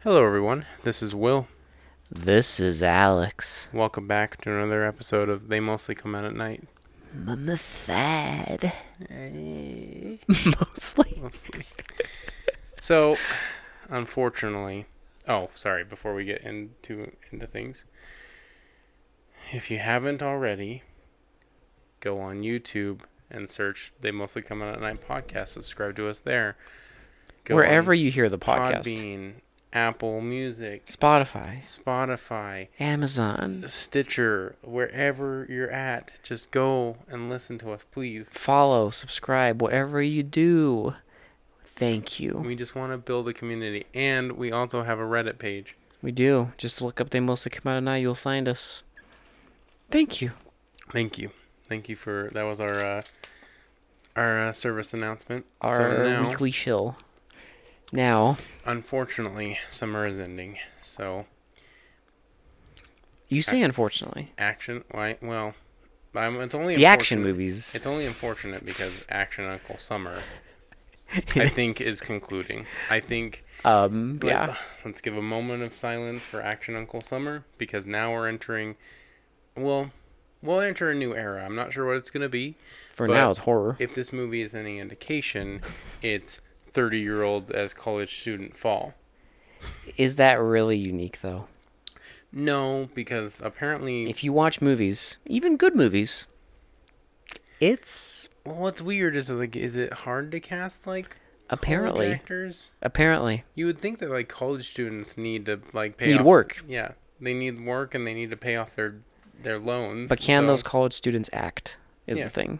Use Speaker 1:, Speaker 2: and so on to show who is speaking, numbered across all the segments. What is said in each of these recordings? Speaker 1: Hello, everyone. This is Will.
Speaker 2: This is Alex.
Speaker 1: Welcome back to another episode of They Mostly Come Out at Night.
Speaker 2: Mama fad. Mostly.
Speaker 1: Mostly. so, unfortunately, oh, sorry. Before we get into into things, if you haven't already, go on YouTube and search "They Mostly Come Out at Night" podcast. Subscribe to us there. Go
Speaker 2: Wherever
Speaker 1: on
Speaker 2: you hear the podcast.
Speaker 1: Podbean, Apple Music,
Speaker 2: Spotify.
Speaker 1: Spotify,
Speaker 2: Amazon.
Speaker 1: Stitcher, wherever you're at, just go and listen to us, please.
Speaker 2: Follow, subscribe, whatever you do. Thank you.
Speaker 1: We just want to build a community, and we also have a Reddit page.
Speaker 2: We do. Just look up They Mostly Come Out at Night. You'll find us. Thank you.
Speaker 1: Thank you, thank you for that was our uh, our uh, service announcement.
Speaker 2: Our
Speaker 1: so now,
Speaker 2: weekly shill. Now,
Speaker 1: unfortunately, summer is ending, so
Speaker 2: you say unfortunately.
Speaker 1: action. Why? Well, I'm, it's only
Speaker 2: The action
Speaker 1: unfortunate-
Speaker 2: movies.
Speaker 1: It's only unfortunate because Action Uncle Summer, I think, is concluding. I think
Speaker 2: Um,
Speaker 1: Let-
Speaker 2: yeah.
Speaker 1: Let's give a moment of silence for Action Uncle Summer because now we're entering. Well, we'll enter a new era. I'm not sure what it's going to be.
Speaker 2: For
Speaker 1: but-
Speaker 2: now, it's horror.
Speaker 1: If this movie is any indication, it's 30 year olds as college student fall.
Speaker 2: Is that really unique, though?
Speaker 1: No, because apparently.
Speaker 2: if you watch movies, even good movies, it's
Speaker 1: well, what's weird is like, is it hard to cast like
Speaker 2: apparently
Speaker 1: college actors?
Speaker 2: apparently
Speaker 1: You would think that like college students need to like pay
Speaker 2: need
Speaker 1: off-
Speaker 2: work.
Speaker 1: Yeah, they need work and they need to pay off their their loans.
Speaker 2: But can
Speaker 1: so-
Speaker 2: those college students act? Is
Speaker 1: Yeah.
Speaker 2: the thing.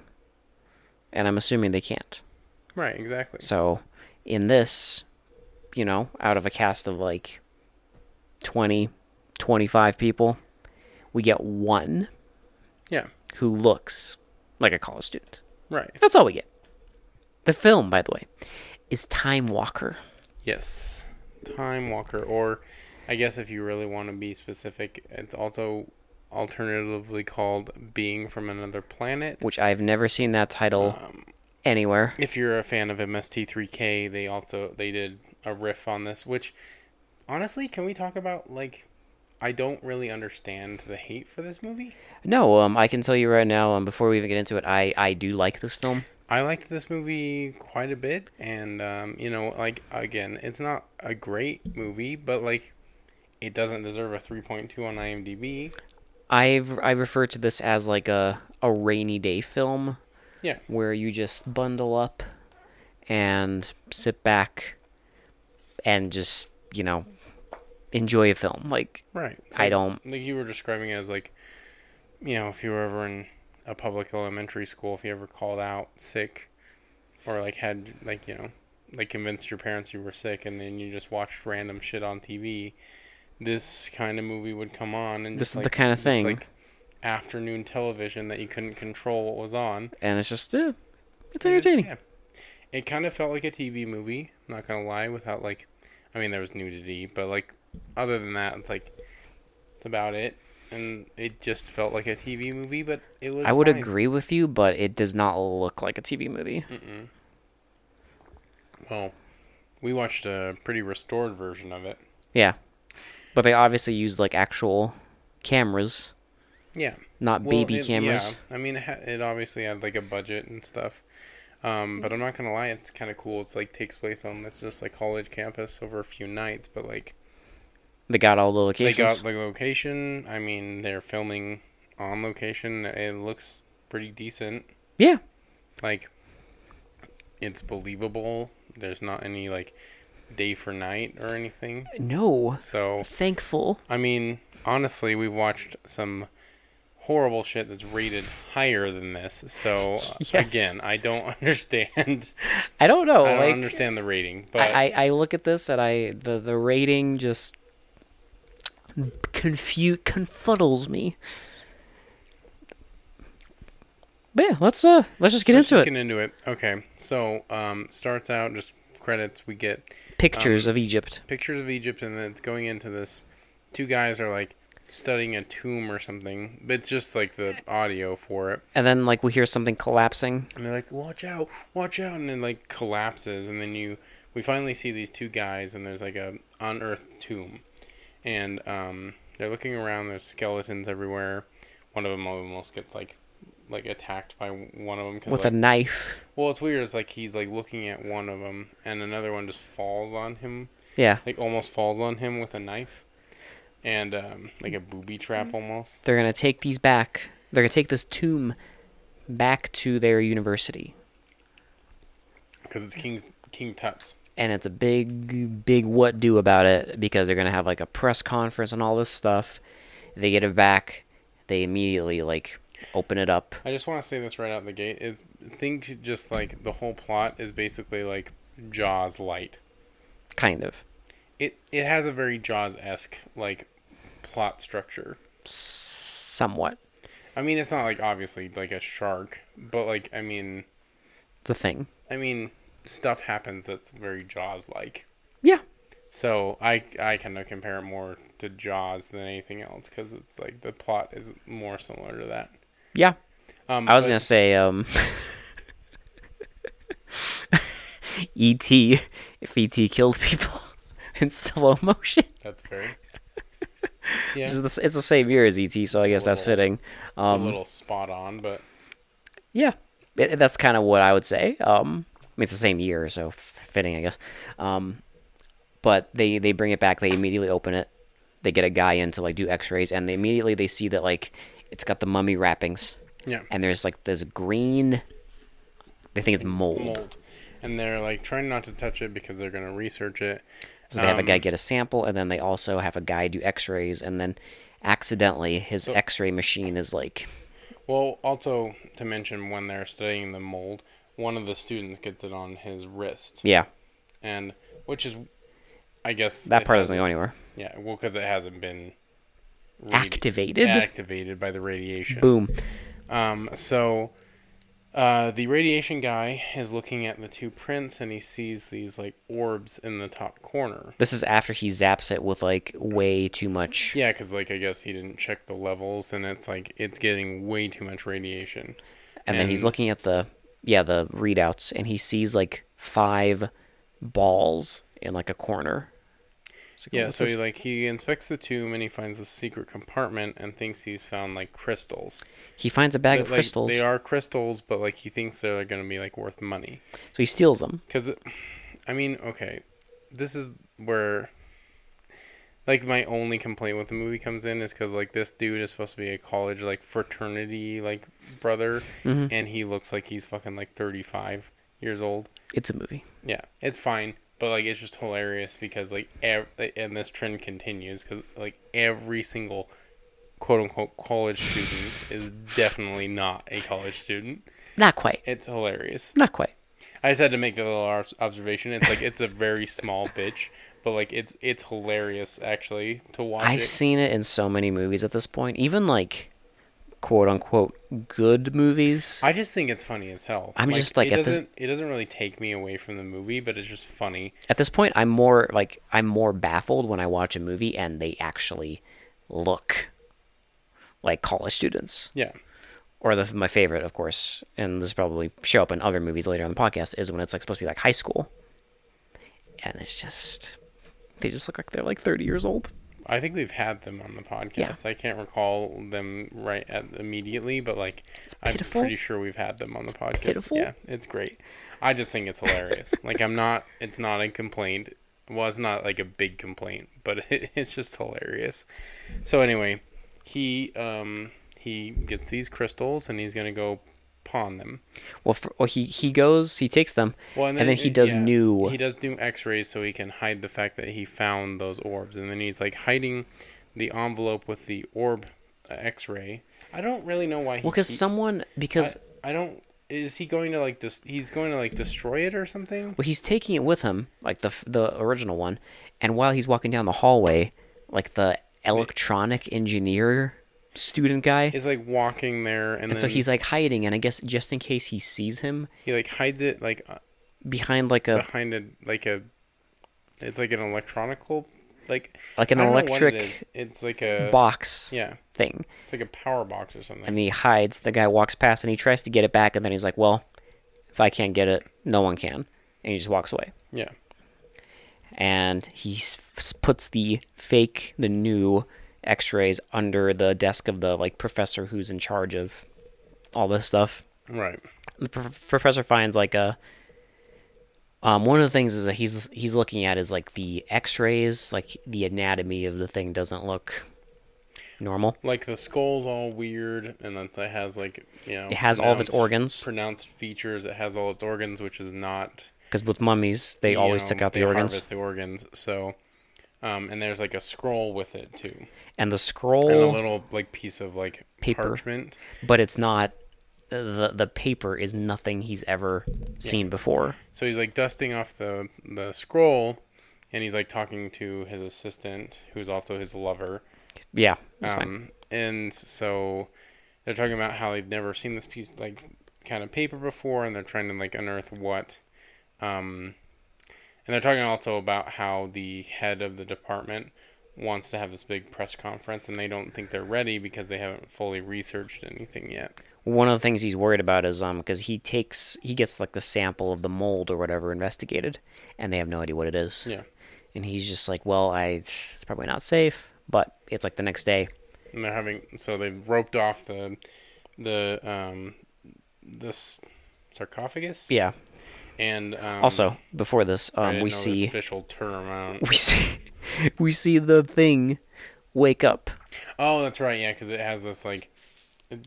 Speaker 2: And I'm assuming they can't.
Speaker 1: right exactly?
Speaker 2: So, in this, you know, out of a cast of like 20, 25 people, we get one
Speaker 1: Yeah,
Speaker 2: who looks like a college student.
Speaker 1: right.
Speaker 2: That's all we get. The film, by the way, is Time Walker.
Speaker 1: Yes. Time Walker, or I guess if you really want to be specific, it's also alternatively called Being from Another Planet.
Speaker 2: which I've never seen that title
Speaker 1: Um,
Speaker 2: anywhere.
Speaker 1: If you're a fan of MST3K, they also they did a riff on this, which honestly, can we talk about like I don't really understand the hate for this movie.
Speaker 2: No, um, I can tell you right now, um, before we even get into it, I, I do like this film.
Speaker 1: I liked this movie quite a bit, and um, you know, like again, it's not a great movie, but like it doesn't deserve a 3.2 on IMDb.
Speaker 2: I've I refer to this as like a a rainy day film
Speaker 1: Yeah,
Speaker 2: where you just bundle up and sit back and just you know enjoy a film. Like
Speaker 1: right. It's
Speaker 2: I
Speaker 1: like-
Speaker 2: don't
Speaker 1: like you were describing it as like you know if you were ever in a public elementary school if you ever called out sick or like had like you know like convinced your parents you were sick and then you just watched random shit on tv this kind of movie would come on and
Speaker 2: This
Speaker 1: just,
Speaker 2: is the
Speaker 1: like-
Speaker 2: kinda
Speaker 1: just,
Speaker 2: thing.
Speaker 1: like afternoon television that you couldn't control what was on
Speaker 2: and it's just eh, it's entertaining.
Speaker 1: yeah. It kind of felt like a TV movie, I'm not gonna lie, without like I mean there was nudity, but like other than that, it's like it's about it. And it just felt like a TV movie, but it was
Speaker 2: I would
Speaker 1: fine.
Speaker 2: agree with you, but it does not look like a TV movie.
Speaker 1: Mm. Well, we watched a pretty restored version of it.
Speaker 2: Yeah, but they obviously used like actual cameras.
Speaker 1: Yeah.
Speaker 2: not
Speaker 1: Well,
Speaker 2: Uh, baby
Speaker 1: it-
Speaker 2: cameras.
Speaker 1: Yeah. I mean, it, ha- it obviously had like a budget and stuff. Um, but I'm not gonna lie, it's kind of cool. It's like takes place on this just like college campus over a few nights, but like
Speaker 2: They got all the
Speaker 1: They
Speaker 2: locations.
Speaker 1: got the location. I mean, they're filming on location. It looks pretty decent.
Speaker 2: yeah,
Speaker 1: Like, it's believable. There's not any, like, day for night or anything.
Speaker 2: no,
Speaker 1: So,
Speaker 2: thankful.
Speaker 1: I mean, honestly, we've watched some horrible shit that's rated higher than this. So,
Speaker 2: Yes.
Speaker 1: again, I don't understand.
Speaker 2: I don't know.
Speaker 1: I don't
Speaker 2: like
Speaker 1: understand the rating. But,
Speaker 2: I, I, I look at this and I the the rating just confu confuddles me. But yeah, let's uh let's just get
Speaker 1: let's
Speaker 2: into
Speaker 1: just
Speaker 2: it.
Speaker 1: get into it. Okay. So, um, starts out just credits. We get um,
Speaker 2: Pictures of Egypt.
Speaker 1: pictures of Egypt, and then it's going into this. Two guys are like, studying a tomb or something. But it's just like the audio for it.
Speaker 2: And then like we hear something collapsing.
Speaker 1: And they're like, "Watch out, watch out!" And then like collapses, and then you we finally see these two guys, and there's like a unearthed tomb, and um, they're looking around. There's skeletons everywhere. One of them almost gets like like attacked by one of them
Speaker 2: with a knife.
Speaker 1: Well, it's weird. It's like he's like looking at one of them, and another one just falls on him,
Speaker 2: Yeah,
Speaker 1: like almost falls on him with a knife, and um, like a booby trap almost.
Speaker 2: they're gonna take these back. They're gonna take this tomb back to their university,
Speaker 1: Because it's King King Tut's.
Speaker 2: and it's a big, big what do about it because they're gonna have like a press conference and all this stuff. They get it back. They immediately like open it up.
Speaker 1: I just want to say this right out the gate. Is things just like the whole plot is basically like Jaws light.
Speaker 2: Kind of
Speaker 1: It it has a very Jaws esque like plot structure.
Speaker 2: somewhat
Speaker 1: I mean, it's not like obviously like a shark, but like I mean,
Speaker 2: the thing.
Speaker 1: I mean stuff happens that's very Jaws like.
Speaker 2: Yeah,
Speaker 1: So I I kind of compare it more to Jaws than anything else because it's like the plot is more similar to that.
Speaker 2: yeah.
Speaker 1: Um,
Speaker 2: I was
Speaker 1: but-
Speaker 2: gonna say, um, E.T. E If E.T. killed people in slow motion,
Speaker 1: That's very. Yeah,
Speaker 2: it's the, it's the same year as E.T., so I guess that's
Speaker 1: little-
Speaker 2: fitting.
Speaker 1: a
Speaker 2: Um,
Speaker 1: little spot on, but
Speaker 2: yeah, It- that's kind of what I would say. Um, I mean, it's the same year, so f- fitting, I guess. Um, but they they bring it back. They immediately open it. They get a guy in to like do X-rays, and they immediately they see that like it's got the mummy wrappings,
Speaker 1: yeah,
Speaker 2: and there's like this green. They think it's mold.
Speaker 1: mold, and they're like trying not to touch it because they're gonna research it.
Speaker 2: So they have a
Speaker 1: Um,
Speaker 2: guy get a sample, and then they also have a guy do X-rays, and then accidentally his X-ray machine is like,
Speaker 1: Well, also to mention when they're studying the mold, one of the students gets it on his wrist,
Speaker 2: yeah,
Speaker 1: and which is, I guess
Speaker 2: that
Speaker 1: it
Speaker 2: part
Speaker 1: has-
Speaker 2: doesn't go anywhere.
Speaker 1: Yeah, well, because it hasn't been radi-
Speaker 2: Activated,
Speaker 1: activated by the radiation.
Speaker 2: boom.
Speaker 1: Um, so uh, the radiation guy is looking at the two prints and he sees these like orbs in the top corner.
Speaker 2: This is after he zaps it with like way too much.
Speaker 1: Yeah, because like I guess he didn't check the levels and it's like it's getting way too much radiation.
Speaker 2: and then he's
Speaker 1: and-
Speaker 2: looking at the yeah the readouts, and he sees like five balls in like a corner. It's like, oh,
Speaker 1: Yeah,
Speaker 2: "What's
Speaker 1: so he
Speaker 2: this?"
Speaker 1: like he inspects the tomb and he finds a secret compartment and thinks he's found like crystals.
Speaker 2: he finds a bag
Speaker 1: But,
Speaker 2: of
Speaker 1: like,
Speaker 2: crystals,
Speaker 1: They are crystals, but like he thinks they're going to be like worth money.
Speaker 2: so he steals them.
Speaker 1: Because, I mean, okay, this is where, like, my only complaint with the movie comes in is because, like, this dude is supposed to be a college, like, fraternity, like, brother, and he looks like he's fucking, like, 35 years old.
Speaker 2: It's a movie.
Speaker 1: Yeah, it's fine, but, like, it's just hilarious because, like, ev- and this trend continues because, like, every single quote unquote college student is definitely not a college student.
Speaker 2: Not quite.
Speaker 1: It's hilarious.
Speaker 2: Not quite.
Speaker 1: I just had to make the little ar- observation. It's like it's a very small bitch, but like it's it's hilarious actually to watch
Speaker 2: I've
Speaker 1: it.
Speaker 2: seen it in so many movies at this point, even like quote unquote good movies.
Speaker 1: I just think it's funny as hell.
Speaker 2: I'm just like,
Speaker 1: it
Speaker 2: at this-
Speaker 1: doesn't it doesn't really take me away from the movie, but it's just funny.
Speaker 2: At this point, I'm more like I'm more baffled when I watch a movie and they actually look like college students.
Speaker 1: Yeah,
Speaker 2: Or the, my favorite, of course, and this probably show up in other movies later on the podcast, is when it's like supposed to be like high school, and it's just they just look like they're like 30 years old.
Speaker 1: I think we've had them on the podcast. I can't recall them right at immediately, but like I'm
Speaker 2: pitiful.
Speaker 1: pretty sure we've had them on the podcast.
Speaker 2: pitiful.
Speaker 1: Yeah, it's great. I just think it's hilarious. like I'm not. It's not a complaint. Well, it's not like a big complaint, but it, it's just hilarious. So anyway, he um he gets these crystals and he's gonna go pawn them.
Speaker 2: Well, for, well he he goes, he takes them,
Speaker 1: Well,
Speaker 2: and then, he does
Speaker 1: yeah,
Speaker 2: new.
Speaker 1: He does new X-rays so he can hide the fact that he found those orbs, and then he's like hiding the envelope with the orb uh, X-ray. I don't really know why. He,
Speaker 2: well, because
Speaker 1: he-
Speaker 2: someone because
Speaker 1: I, I don't. Is he going to like? Dis- he's going to like destroy it or something?
Speaker 2: Well, he's taking it with him, like the f- the original one, and while he's walking down the hallway, like the electronic engineer student guy,
Speaker 1: Is like walking there, and, then
Speaker 2: so he's like hiding, and I guess just in case he sees him
Speaker 1: he like hides it like uh,
Speaker 2: behind like a
Speaker 1: behind a like a. It's like an electronical like
Speaker 2: like an
Speaker 1: I don't know what
Speaker 2: electric
Speaker 1: it is. It's like a
Speaker 2: box
Speaker 1: yeah,
Speaker 2: thing.
Speaker 1: it's like a power box or something.
Speaker 2: And he hides. The guy walks past and he tries to get it back, and then he's like, "Well, if I can't get it, no one can," and he just walks away.
Speaker 1: yeah,
Speaker 2: and he s- s- puts the fake, the new X-rays under the desk of the like professor who's in charge of all this stuff.
Speaker 1: right.
Speaker 2: The pro- professor finds like a um, one of the things is that he's he's looking at is like the X-rays, like the anatomy of the thing doesn't look normal.
Speaker 1: Like the skull's all weird, and then it has like you know
Speaker 2: It has all of its
Speaker 1: pronounced-
Speaker 2: organs.
Speaker 1: pronounced features. It has all its organs, which is not
Speaker 2: Because with mummies, they
Speaker 1: you
Speaker 2: always
Speaker 1: know,
Speaker 2: took out the
Speaker 1: they
Speaker 2: organs,
Speaker 1: harvest the organs. So, um, and there's like a scroll with it too,
Speaker 2: and the scroll.
Speaker 1: and a little like piece of like
Speaker 2: Paper.
Speaker 1: parchment.
Speaker 2: but it's not the the paper is nothing he's ever seen before.
Speaker 1: So he's like dusting off the the scroll, and he's like talking to his assistant, who's also his lover.
Speaker 2: Yeah, that's fine.
Speaker 1: Um, and so they're talking about how they've never seen this piece like kind of paper before, and they're trying to like unearth what. Um, and they're talking also about how the head of the department wants to have this big press conference, and they don't think they're ready because they haven't fully researched anything yet.
Speaker 2: one of the things he's worried about is um because he takes he gets like the sample of the mold or whatever investigated and they have no idea what it is
Speaker 1: Yeah,
Speaker 2: and he's just like well i it's probably not safe but it's like the next day
Speaker 1: and they're having so they've roped off the the um this sarcophagus.
Speaker 2: yeah
Speaker 1: and um,
Speaker 2: also before this
Speaker 1: Mm. I
Speaker 2: um
Speaker 1: didn't
Speaker 2: we
Speaker 1: know the
Speaker 2: see
Speaker 1: official term. I don't,
Speaker 2: we see we see the thing wake up
Speaker 1: Oh, that's right. Yeah, because it has this like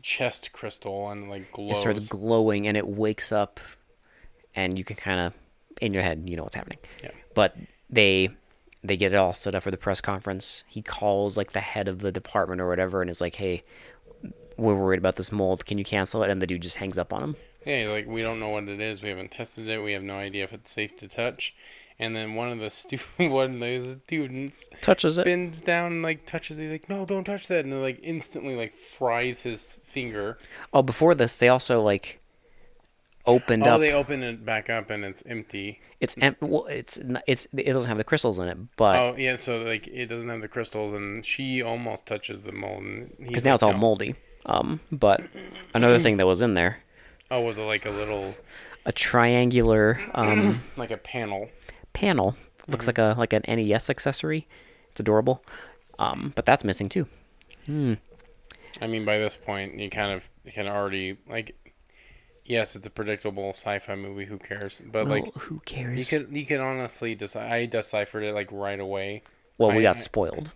Speaker 1: chest crystal and like
Speaker 2: it
Speaker 1: glows.
Speaker 2: starts glowing and it wakes up and you can kind of in your head you know what's happening
Speaker 1: Yeah.
Speaker 2: but they they get it all set up for the press conference he calls like the head of the department or whatever and is like hey we're worried about this mold can you cancel it and the dude just hangs up on him
Speaker 1: yeah, like we don't know what it is. We haven't tested it. We have no idea if it's safe to touch. And then one of the stu- one of the students
Speaker 2: touches it
Speaker 1: bends down and like touches. it. He's like, "No, don't touch that!" And then like instantly like fries his finger.
Speaker 2: oh before this they also like opened
Speaker 1: oh,
Speaker 2: up
Speaker 1: they open it back up and it's empty.
Speaker 2: it's em- well, it's n- it's it doesn't have the crystals in it but
Speaker 1: Oh yeah, so like it doesn't have the crystals, and she almost touches the mold.
Speaker 2: because now it's all moldy um but another thing that was in there
Speaker 1: Oh, was it like a little
Speaker 2: a triangular um
Speaker 1: like a panel?
Speaker 2: panel. Looks
Speaker 1: Mm-hmm.
Speaker 2: like a like an NES accessory. It's adorable. Um, but that's missing too.
Speaker 1: I mean, by this point, you kind of can already like. Yes, it's a predictable sci-fi movie. Who cares? But
Speaker 2: Well,
Speaker 1: like,
Speaker 2: who
Speaker 1: you
Speaker 2: cares?
Speaker 1: could you could honestly decide. I deciphered it like right away.
Speaker 2: well, we
Speaker 1: I-
Speaker 2: got spoiled.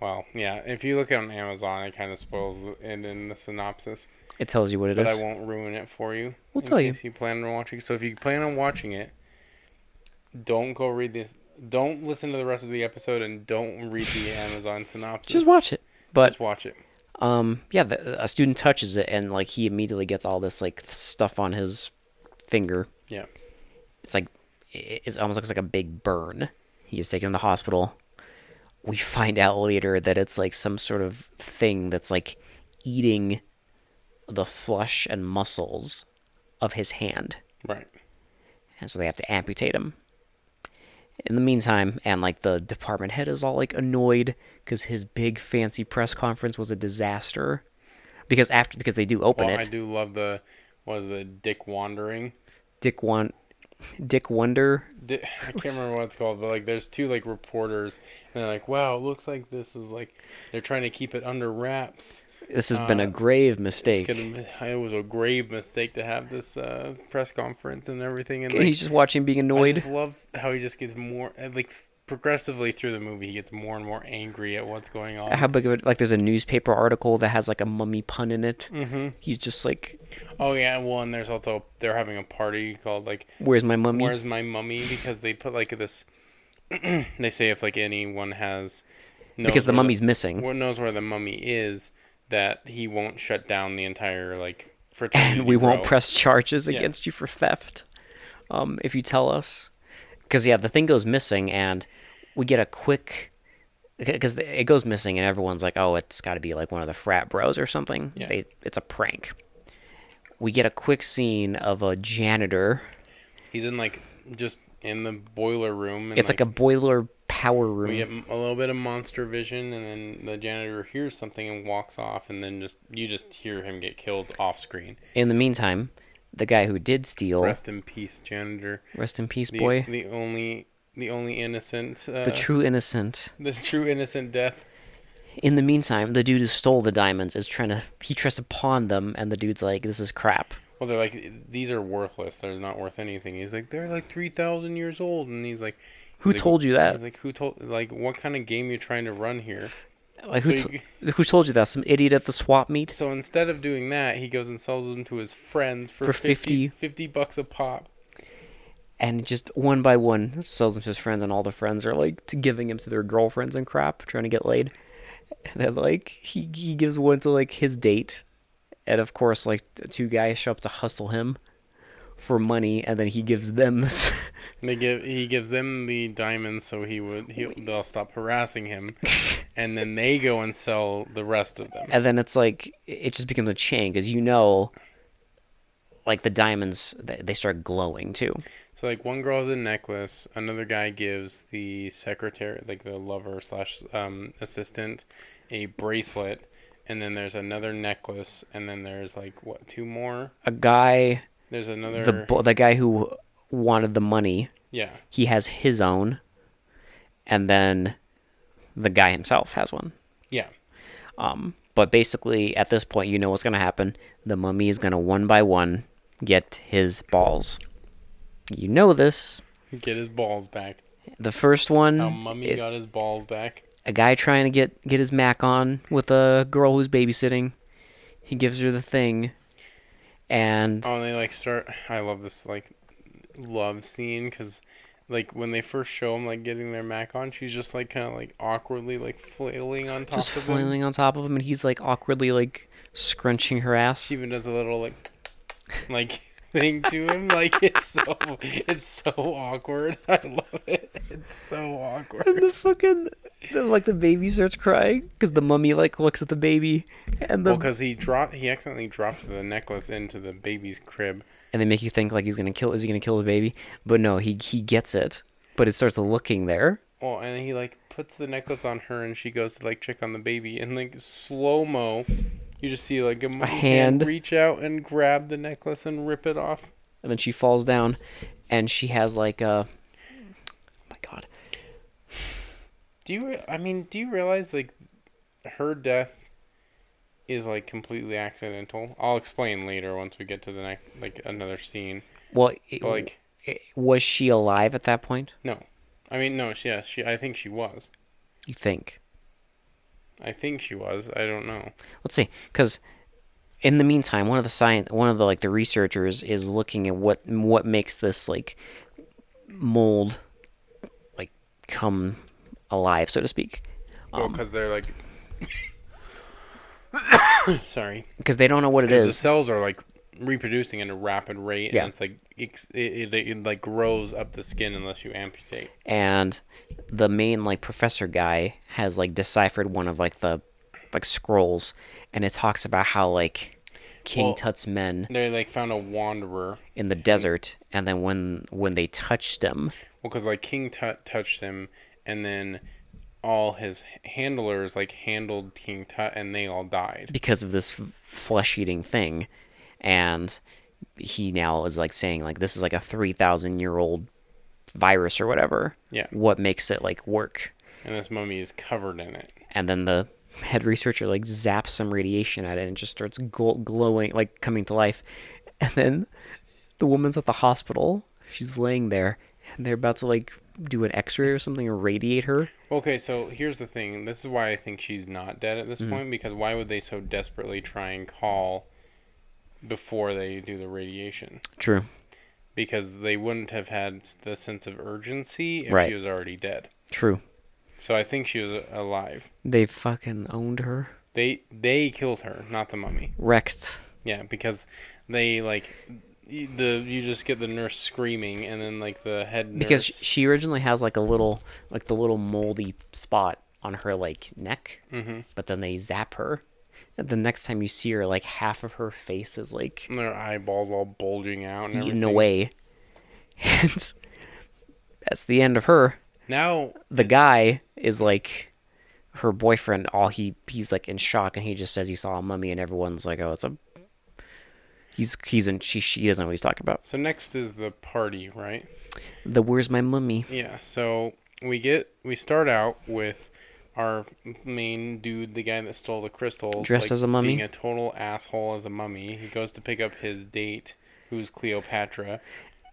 Speaker 1: Well, yeah. If you look on Amazon, it kind of spoils the end in the synopsis,
Speaker 2: It tells you what it
Speaker 1: but I
Speaker 2: is.
Speaker 1: won't ruin it for you.
Speaker 2: We'll
Speaker 1: in
Speaker 2: tell you.
Speaker 1: case you plan on watching. So if you plan on watching it, don't go read this. Don't listen to the rest of the episode and don't read the Amazon synopsis.
Speaker 2: Just watch it. But
Speaker 1: Just watch it.
Speaker 2: um, yeah, the, a student touches it and like he immediately gets all this like stuff on his finger.
Speaker 1: Yeah.
Speaker 2: It's like it it almost looks like a big burn. He is taken to the hospital. We find out later that it's like some sort of thing that's like eating the flesh and muscles of his hand.
Speaker 1: Right.
Speaker 2: and so they have to amputate him. In the meantime, and like the department head is all like annoyed because his big fancy press conference was a disaster. Because after because they do open
Speaker 1: Well, I
Speaker 2: it,
Speaker 1: do love the was the Dick Wandering.
Speaker 2: Dick one, Dick Wonder.
Speaker 1: Di- I can't remember what it's called, but like there's two like reporters, and they're like, "Wow, it looks like this is like they're trying to keep it under wraps."
Speaker 2: This has
Speaker 1: Uh,
Speaker 2: been a grave mistake.
Speaker 1: Gonna- It was a grave mistake to have this uh, press conference and everything, and
Speaker 2: And
Speaker 1: like,
Speaker 2: he's just watching being
Speaker 1: I
Speaker 2: annoyed.
Speaker 1: just love how he just gets more uh, like progressively through the movie, he gets more and more angry at what's going on.
Speaker 2: How big of it? Like there's a newspaper article that has like a mummy pun in it. Mm-hmm. He's just like,
Speaker 1: oh yeah, well, and there's also they're having a party called like
Speaker 2: "Where's my mummy?"
Speaker 1: Where's my mummy? Because they put like this. they say if like anyone has. knows
Speaker 2: because the
Speaker 1: where
Speaker 2: mummy's missing.
Speaker 1: where- knows where the mummy is, that he won't shut down the entire like fraternity.
Speaker 2: and we won't
Speaker 1: bro.
Speaker 2: press charges against you for theft um, if you tell us. Because, yeah, the thing goes missing, and we get a quick. Because it goes missing, and everyone's like, oh, it's got to be like one of the frat bros or something.
Speaker 1: Yeah.
Speaker 2: They, it's a prank. We get a quick scene of a janitor.
Speaker 1: He's in like just in the boiler room. And,
Speaker 2: It's like, a boiler power room.
Speaker 1: We get m- a little bit of monster vision, and then the janitor hears something and walks off, and then just you just hear him get killed off screen.
Speaker 2: In the meantime, the guy who did steal,
Speaker 1: Rest
Speaker 2: rest,
Speaker 1: in peace, janitor.
Speaker 2: in peace,
Speaker 1: The,
Speaker 2: boy,
Speaker 1: the only the only innocent uh,
Speaker 2: the true innocent.
Speaker 1: the true innocent death.
Speaker 2: In the meantime, the dude who stole the diamonds is trying to he tries to pawn them, and the dude's like, "This is crap."
Speaker 1: Well, they're like these are worthless. They're not worth anything. He's like they're like three thousand years old, and he's like,
Speaker 2: Who
Speaker 1: he's like-
Speaker 2: told you that?
Speaker 1: He's like, who told? Like, what kind of game you trying to run here?
Speaker 2: Like who,
Speaker 1: So you-
Speaker 2: to- who told you that? Some idiot at the swap meet.
Speaker 1: So instead of doing that, he goes and sells them to his friends for,
Speaker 2: For
Speaker 1: 50,
Speaker 2: 50.
Speaker 1: 50 bucks a pop.
Speaker 2: and just one by one sells them to his friends, and all the friends are like t- giving him to their girlfriends and crap, trying to get laid. And then like he he gives one to like his date, and of course like t- two guys show up to hustle him for money, and then he gives them this.
Speaker 1: And They give he gives them the diamonds so he would he, they'll stop harassing him, and then they go and sell the rest of them.
Speaker 2: and then it's like it just becomes a chain because you know, like the diamonds th- they start glowing too.
Speaker 1: So like one girl has a necklace, another guy gives the secretary like the lover slash um, assistant a bracelet, and then there's another necklace, and then there's like what two more?
Speaker 2: A guy,
Speaker 1: There's another
Speaker 2: the bo- the guy who wanted the money,
Speaker 1: yeah.
Speaker 2: he has his own, and then the guy himself has one.
Speaker 1: Yeah.
Speaker 2: Um, but basically, at this point, you know what's going to happen. The mummy is going to one by one get his balls. You know this.
Speaker 1: Get his balls back.
Speaker 2: The first one,
Speaker 1: How mummy
Speaker 2: Mm, it-
Speaker 1: got his balls back.
Speaker 2: a guy trying to get get his mac on with a girl who's babysitting. He gives her the thing, and
Speaker 1: Oh, and they like start. I love this like love scene because like when they first show him like getting their mac on, she's just like kind of like awkwardly like flailing on top
Speaker 2: just
Speaker 1: of him.
Speaker 2: flailing on top of him, and he's like awkwardly like scrunching her ass.
Speaker 1: She even does a little like like thing to him. Like it's so it's so awkward. I love it. It's so awkward.
Speaker 2: And the fucking the, like the baby starts crying because the mummy like looks at the baby and the
Speaker 1: Well, because he dropped, he accidentally dropped the necklace into the baby's crib.
Speaker 2: and they make you think like he's gonna kill is he gonna kill the baby but no he he gets it but it starts looking there
Speaker 1: Well, and he like puts the necklace on her, and she goes to like check on the baby, and like slow mo, you just see like a, mo-
Speaker 2: hand.
Speaker 1: reach out and grab the necklace and rip it off.
Speaker 2: and then she falls down and she has like a oh my god
Speaker 1: Do you? re- I mean, do you realize like her death is like completely accidental? I'll explain later once we get to the next like another scene.
Speaker 2: well it,
Speaker 1: But like,
Speaker 2: it- was she alive at that point
Speaker 1: no, I mean, no. She, yeah, she. I think she was.
Speaker 2: you think
Speaker 1: I think she was. I don't know.
Speaker 2: let's see because in the meantime one of the science one of the like the researchers is looking at what what makes this like mold like come alive so to speak
Speaker 1: Well, because they're like. Sorry.
Speaker 2: because they don't know what it
Speaker 1: because the
Speaker 2: is
Speaker 1: cells are like reproducing at a rapid rate,
Speaker 2: Yeah.
Speaker 1: and it's like ex- it, it, it like grows up the skin unless you amputate.
Speaker 2: and the main like professor guy has like deciphered one of like the like scrolls and it talks about how like king
Speaker 1: Well-
Speaker 2: tut's men
Speaker 1: They like found a wanderer.
Speaker 2: in the desert and then when when they touched him
Speaker 1: Well, because like King Tut touched him, and then all his handlers like handled King Tut, and they all died.
Speaker 2: because of this f- flesh-eating thing and he now is like saying like this is like a 3000 year old virus or whatever
Speaker 1: Yeah.
Speaker 2: what makes it like work
Speaker 1: And this mummy is covered in it.
Speaker 2: and then the head researcher like zaps some radiation at it and it just starts gl- glowing like coming to life and then the woman's at the hospital she's laying there and they're about to like do an x-ray or something or radiate her
Speaker 1: Okay, so here's the thing. This is why I think she's not dead at this point because why would they so desperately try and call before they do the radiation?
Speaker 2: true
Speaker 1: because they wouldn't have had the sense of urgency if
Speaker 2: Right.
Speaker 1: she was already dead.
Speaker 2: true
Speaker 1: So I think she was a- alive.
Speaker 2: they fucking owned her
Speaker 1: They they killed her, not the mummy.
Speaker 2: wrecked
Speaker 1: Yeah, because they like y- the you just get the nurse screaming and then like the head nurse
Speaker 2: because sh- she originally has like a little like the little moldy spot on her like neck but then they zap her and the next time you see her like half of her face is like
Speaker 1: and their eyeballs all bulging out and everything.
Speaker 2: eaten away. And that's the end of her.
Speaker 1: Now,
Speaker 2: the guy is like her boyfriend all he he's like in shock and he just says he saw a mummy and everyone's like oh it's a he's he's in she she doesn't know what he's talking about
Speaker 1: so next is the party, right?
Speaker 2: the where's my mummy
Speaker 1: Yeah, so we get we start out with our main dude, the guy that stole the crystals,
Speaker 2: Dressed as a mummy?
Speaker 1: being a total asshole as a mummy. He goes to pick up his date, who's Cleopatra.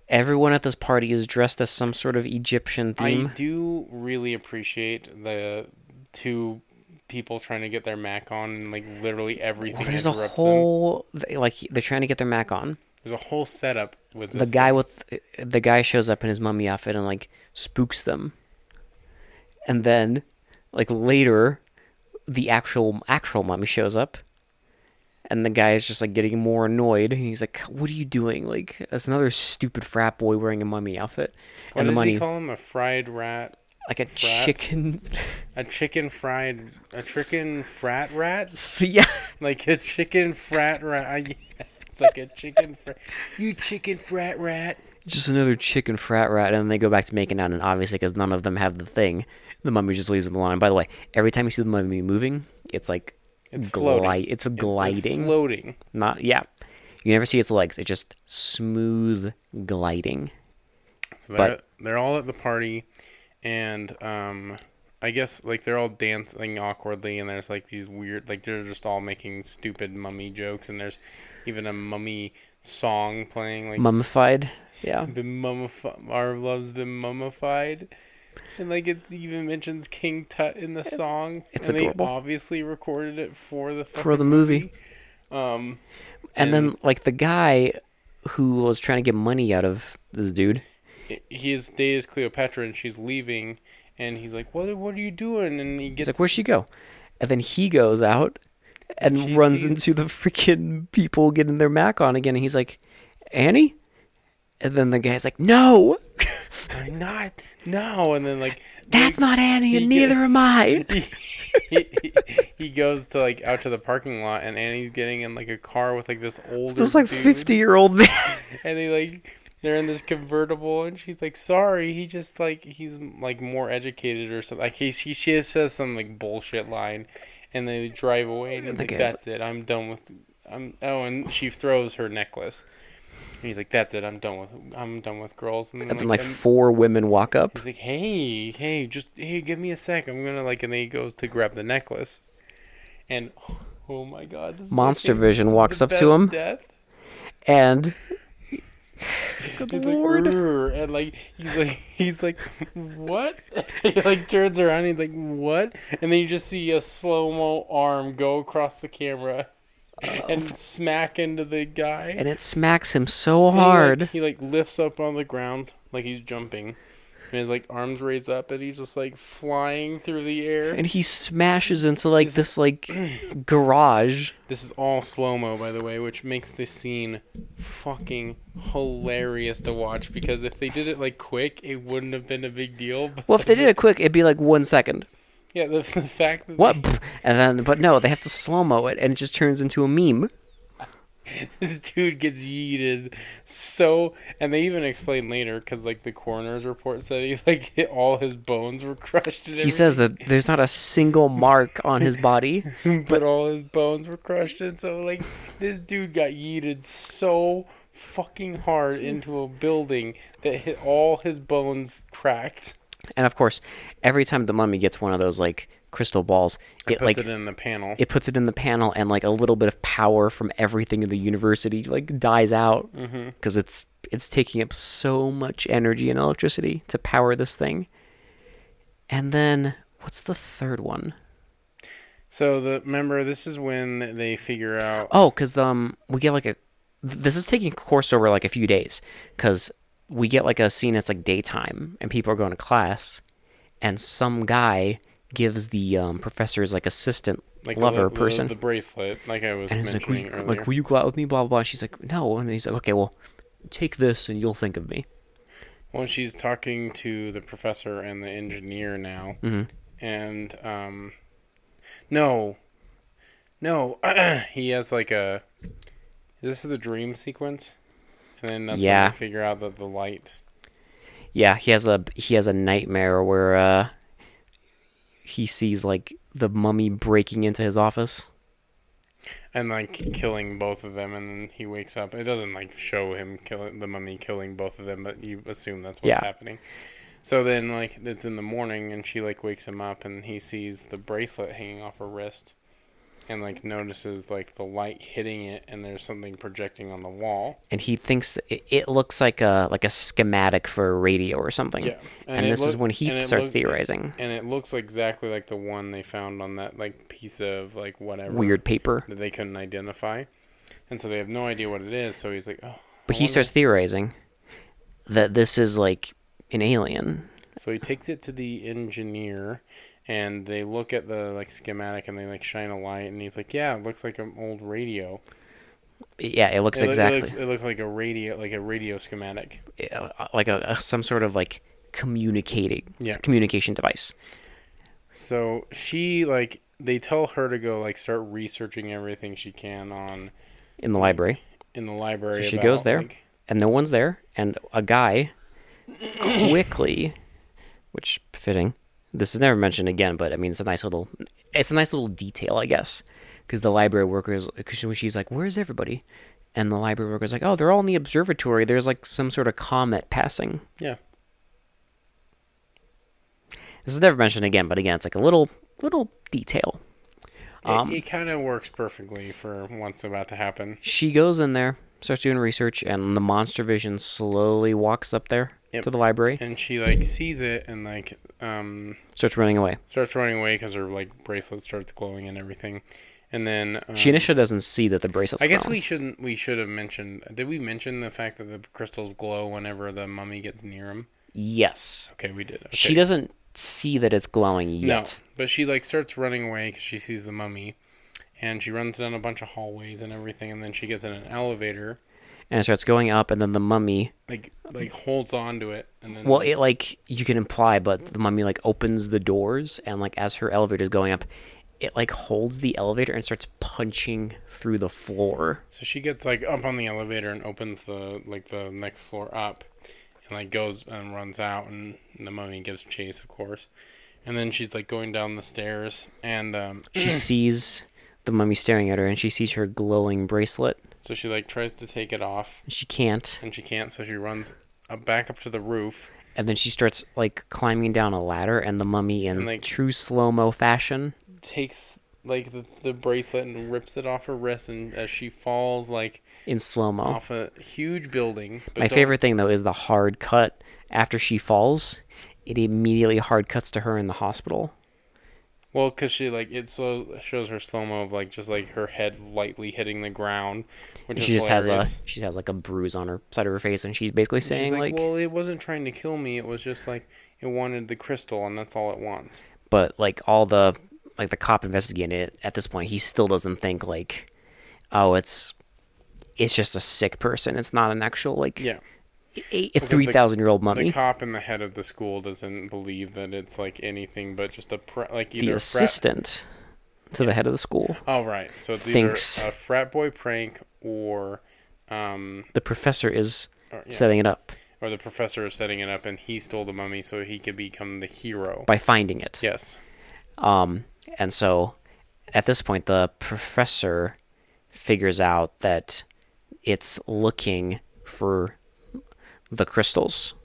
Speaker 2: everyone at this party is dressed as some sort of egyptian theme
Speaker 1: I do really appreciate the two people trying to get their Mac on and like literally everything
Speaker 2: Well, there's a
Speaker 1: interrupts them.
Speaker 2: whole they- like they're trying to get their mac on
Speaker 1: There's a whole setup with
Speaker 2: the
Speaker 1: this
Speaker 2: guy with the guy shows up in his mummy outfit and like spooks them and then like later the actual actual mummy shows up and the guy is just like getting more annoyed and he's like what are you doing like that's another stupid frat boy wearing a mummy outfit
Speaker 1: What
Speaker 2: and the
Speaker 1: does
Speaker 2: money
Speaker 1: he call him? A fried rat,
Speaker 2: like a chicken
Speaker 1: a chicken fried, a chicken frat rat.
Speaker 2: so yeah
Speaker 1: Like a chicken frat rat. I- yeah, It's like a chicken frat. You chicken frat rat.
Speaker 2: just another chicken frat rat, and then they go back to making out, and obviously, because none of them have the thing, the mummy just leaves them alone. By the way, every time you see the mummy moving, it's like
Speaker 1: It's
Speaker 2: gli-
Speaker 1: floating.
Speaker 2: It's
Speaker 1: It- It's
Speaker 2: gliding,
Speaker 1: floating.
Speaker 2: not yeah. You never see its legs. It's just smooth gliding.
Speaker 1: So
Speaker 2: But-
Speaker 1: they're, they're all at the party, and um, I guess like they're all dancing awkwardly, and there's like these weird, like they're just all making stupid mummy jokes, and there's even a mummy song playing, like
Speaker 2: Mummified. Yeah.
Speaker 1: been mummified, our love's been mummified. And like it even mentions King Tut in the song.
Speaker 2: It's
Speaker 1: and
Speaker 2: adorable.
Speaker 1: they obviously recorded it for the
Speaker 2: For the
Speaker 1: fucking
Speaker 2: movie.
Speaker 1: Um,
Speaker 2: And, then like the guy who was trying to get money out of this dude.
Speaker 1: his day is Cleopatra and she's leaving, and he's like, "What? What are you doing?" And he
Speaker 2: He's
Speaker 1: gets
Speaker 2: like, "Where'd she go?" And then he goes out and
Speaker 1: She
Speaker 2: runs
Speaker 1: sees-
Speaker 2: into the freaking people getting their mac on again. And he's like, "Annie," and then the guy's like, "No,
Speaker 1: "I'm not no, and then like
Speaker 2: that's not Annie, and
Speaker 1: he
Speaker 2: neither am I."
Speaker 1: he, he, he goes to like out to the parking lot, and Annie's getting in like a car with like this older
Speaker 2: This like
Speaker 1: dude,
Speaker 2: fifty-year-old man.
Speaker 1: and they like. They're in this convertible, and she's like, "Sorry, he just like he's like more educated or something." Like he, she, she says some like bullshit line, and they drive away, and he's
Speaker 2: The
Speaker 1: like,
Speaker 2: guy's-
Speaker 1: "That's it, I'm done with." I'm oh, and she throws her necklace, and he's like, "That's it, I'm done with, I'm done with girls." And then,
Speaker 2: And then
Speaker 1: like,
Speaker 2: like
Speaker 1: and
Speaker 2: four women walk up.
Speaker 1: he's like, "Hey, hey, just hey, give me a sec, I'm gonna like," and then he goes to grab the necklace, and oh my god, this is the
Speaker 2: Monster
Speaker 1: thing-
Speaker 2: Vision
Speaker 1: this is
Speaker 2: walks
Speaker 1: the
Speaker 2: up to
Speaker 1: best
Speaker 2: him.
Speaker 1: Death.
Speaker 2: And good
Speaker 1: He's
Speaker 2: lord,
Speaker 1: like, "Urgh," and like he's like he's like, what? he like turns around. He's like, what? And then you just see a slow mo arm go across the camera and smack into the guy.
Speaker 2: and it smacks him so
Speaker 1: He, like-
Speaker 2: hard.
Speaker 1: He like, lifts up on the ground like he's jumping, and his like arms raised up, and he's just like flying through the air.
Speaker 2: and he smashes into like this like garage.
Speaker 1: This is all slow mo, by the way, which makes this scene fucking hilarious to watch. Because if they did it like quick, it wouldn't have been a big deal. But
Speaker 2: Well, if they did it quick, it'd be like one second.
Speaker 1: yeah, the, the fact that
Speaker 2: what? Pff, And then, but no, they have to slow mo it, and it just turns into a meme.
Speaker 1: this dude gets yeeted so and they even explain later because like the coroner's report said he like hit, all his bones were crushed and
Speaker 2: He says that there's not a single mark on his body.
Speaker 1: everything, but all his bones were crushed and so like this dude got yeeted so fucking hard into a building that hit all his bones cracked
Speaker 2: And of course, every time the mummy gets one of those like crystal balls, it
Speaker 1: puts
Speaker 2: like
Speaker 1: it in the panel
Speaker 2: it puts it in the panel, and like a little bit of power from everything in the university like dies out
Speaker 1: Mm-hmm.
Speaker 2: because it's it's taking up so much energy and electricity to power this thing. And then what's the third one?
Speaker 1: so the remember this is when they figure out
Speaker 2: Oh, because um, we get like a. th- This is taking course over like a few days because we get like a scene that's like daytime and people are going to class, and some guy gives the um, professor's like assistant
Speaker 1: like the-
Speaker 2: lover
Speaker 1: the,
Speaker 2: person.
Speaker 1: the bracelet like i was
Speaker 2: and he's like, will
Speaker 1: mentioning
Speaker 2: you,
Speaker 1: earlier
Speaker 2: like, will you go out with me? Blah, blah, blah. And she's like, no. And he's like, okay, well, take this and you'll think of me.
Speaker 1: Well, she's talking to the professor and the engineer now,
Speaker 2: Mm-hmm.
Speaker 1: and um, no, no, he has like a. Is this the dream sequence? And then that's
Speaker 2: Yeah.
Speaker 1: when we figure out that the light.
Speaker 2: Yeah, he has a he has a nightmare where uh, he sees like the mummy breaking into his office.
Speaker 1: and like killing both of them, and then he wakes up. It doesn't like show him kill the mummy killing both of them, but you assume that's what's
Speaker 2: Yeah.
Speaker 1: happening. So then, like it's in the morning, and she like wakes him up, and he sees the bracelet hanging off her wrist, and like notices like the light hitting it, and there's something projecting on the wall.
Speaker 2: and he thinks that it, it looks like a like a schematic for a radio or something.
Speaker 1: Yeah,
Speaker 2: and,
Speaker 1: it
Speaker 2: this is
Speaker 1: look-
Speaker 2: when he
Speaker 1: and it
Speaker 2: starts
Speaker 1: look-
Speaker 2: theorizing
Speaker 1: And it looks exactly like the one they found on that like piece of like whatever
Speaker 2: weird paper.
Speaker 1: that they couldn't identify, and so they have no idea what it is. So he's like, oh.
Speaker 2: But
Speaker 1: I
Speaker 2: he
Speaker 1: wonder-
Speaker 2: starts theorizing that this is like an alien.
Speaker 1: So he takes it to the engineer, and they look at the like schematic, and they like shine a light, and he's like, "Yeah, it looks like an old radio.
Speaker 2: Yeah, it looks
Speaker 1: It loo- It
Speaker 2: exactly
Speaker 1: looks, it looks like a radio, like a radio schematic."
Speaker 2: uh, like a, a some sort of like communicating
Speaker 1: Yeah.
Speaker 2: communication device.
Speaker 1: So she like they tell her to go like start researching everything she can on
Speaker 2: in the library,
Speaker 1: in the library.
Speaker 2: So she
Speaker 1: about,
Speaker 2: goes there.
Speaker 1: like-
Speaker 2: and no one's there, and a guy quickly, which fitting. This is never mentioned again, but I mean, it's a nice little, it's a nice little detail, I guess, because the library worker is, because when she's like, "Where's everybody?" and the library worker's like, "Oh, they're all in the observatory. There's like some sort of comet passing."
Speaker 1: yeah,
Speaker 2: This is never mentioned again, but again, it's like a little, little detail. Um,
Speaker 1: it, it kind of works perfectly for what's about to happen.
Speaker 2: she goes in there, starts doing research, and the monster vision slowly walks up there
Speaker 1: Yep.
Speaker 2: to the library,
Speaker 1: And she like sees it and like um
Speaker 2: starts running away.
Speaker 1: starts running away because her like bracelet starts glowing and everything. And then um,
Speaker 2: She initially doesn't see that the bracelet's
Speaker 1: I guess
Speaker 2: gone.
Speaker 1: we shouldn't. We should have mentioned. Did we mention the fact that the crystals glow whenever the mummy gets near him?
Speaker 2: Yes.
Speaker 1: Okay, we did. Okay.
Speaker 2: She doesn't see that it's glowing
Speaker 1: No,
Speaker 2: yet.
Speaker 1: but she like starts running away because she sees the mummy, and she runs down a bunch of hallways and everything, and then she gets in an elevator,
Speaker 2: And it starts going up, and then the mummy.
Speaker 1: like like holds on to it, and then
Speaker 2: Well, it like you can imply, but the mummy like opens the doors, and like as her elevator is going up, it like holds the elevator and starts punching through the floor.
Speaker 1: so she gets like up on the elevator and opens the like the next floor up, and like goes and runs out, and the mummy gives chase, of course, and then she's like going down the stairs, and um,
Speaker 2: She sees the mummy staring at her, and she sees her glowing bracelet.
Speaker 1: so she like tries to take it off.
Speaker 2: and She can't,
Speaker 1: and she can't, so she runs up back up to the roof.
Speaker 2: and then she starts like climbing down a ladder, and the mummy, in
Speaker 1: And, like-
Speaker 2: true slow mo fashion,
Speaker 1: Takes like the, the bracelet and rips it off her wrist, and as she falls like
Speaker 2: in slow mo.
Speaker 1: off a huge building. But
Speaker 2: Oh. My
Speaker 1: don't-
Speaker 2: favorite thing though is the hard cut after she falls. It immediately hard cuts to her in the hospital.
Speaker 1: Well, because she like it slow shows her slow mo of like just like her head lightly hitting the ground, which
Speaker 2: And
Speaker 1: is
Speaker 2: she just has a
Speaker 1: hilarious.
Speaker 2: she has like a bruise on her side of her face, and she's basically
Speaker 1: She's
Speaker 2: saying
Speaker 1: like,
Speaker 2: like,
Speaker 1: well, it wasn't trying to kill me. It was just like it wanted the crystal, and that's all it wants.
Speaker 2: but like all the like the cop investigating it at this point, he still doesn't think like, oh, it's it's just a sick person. It's not an actual like
Speaker 1: Yeah,
Speaker 2: a, three thousand year old mummy.
Speaker 1: the cop and the head of the school doesn't believe that it's like anything but just a pre- like either
Speaker 2: the
Speaker 1: a frat
Speaker 2: assistant to the head of the school,
Speaker 1: Oh right, so it's
Speaker 2: thinks-
Speaker 1: either a frat boy prank or, um,
Speaker 2: the professor is
Speaker 1: or, yeah,
Speaker 2: setting it up
Speaker 1: or the professor is setting it up and he stole the mummy so he could become the hero.
Speaker 2: by finding it.
Speaker 1: Yes,
Speaker 2: Um, and so at this point, the professor figures out that it's looking for the crystals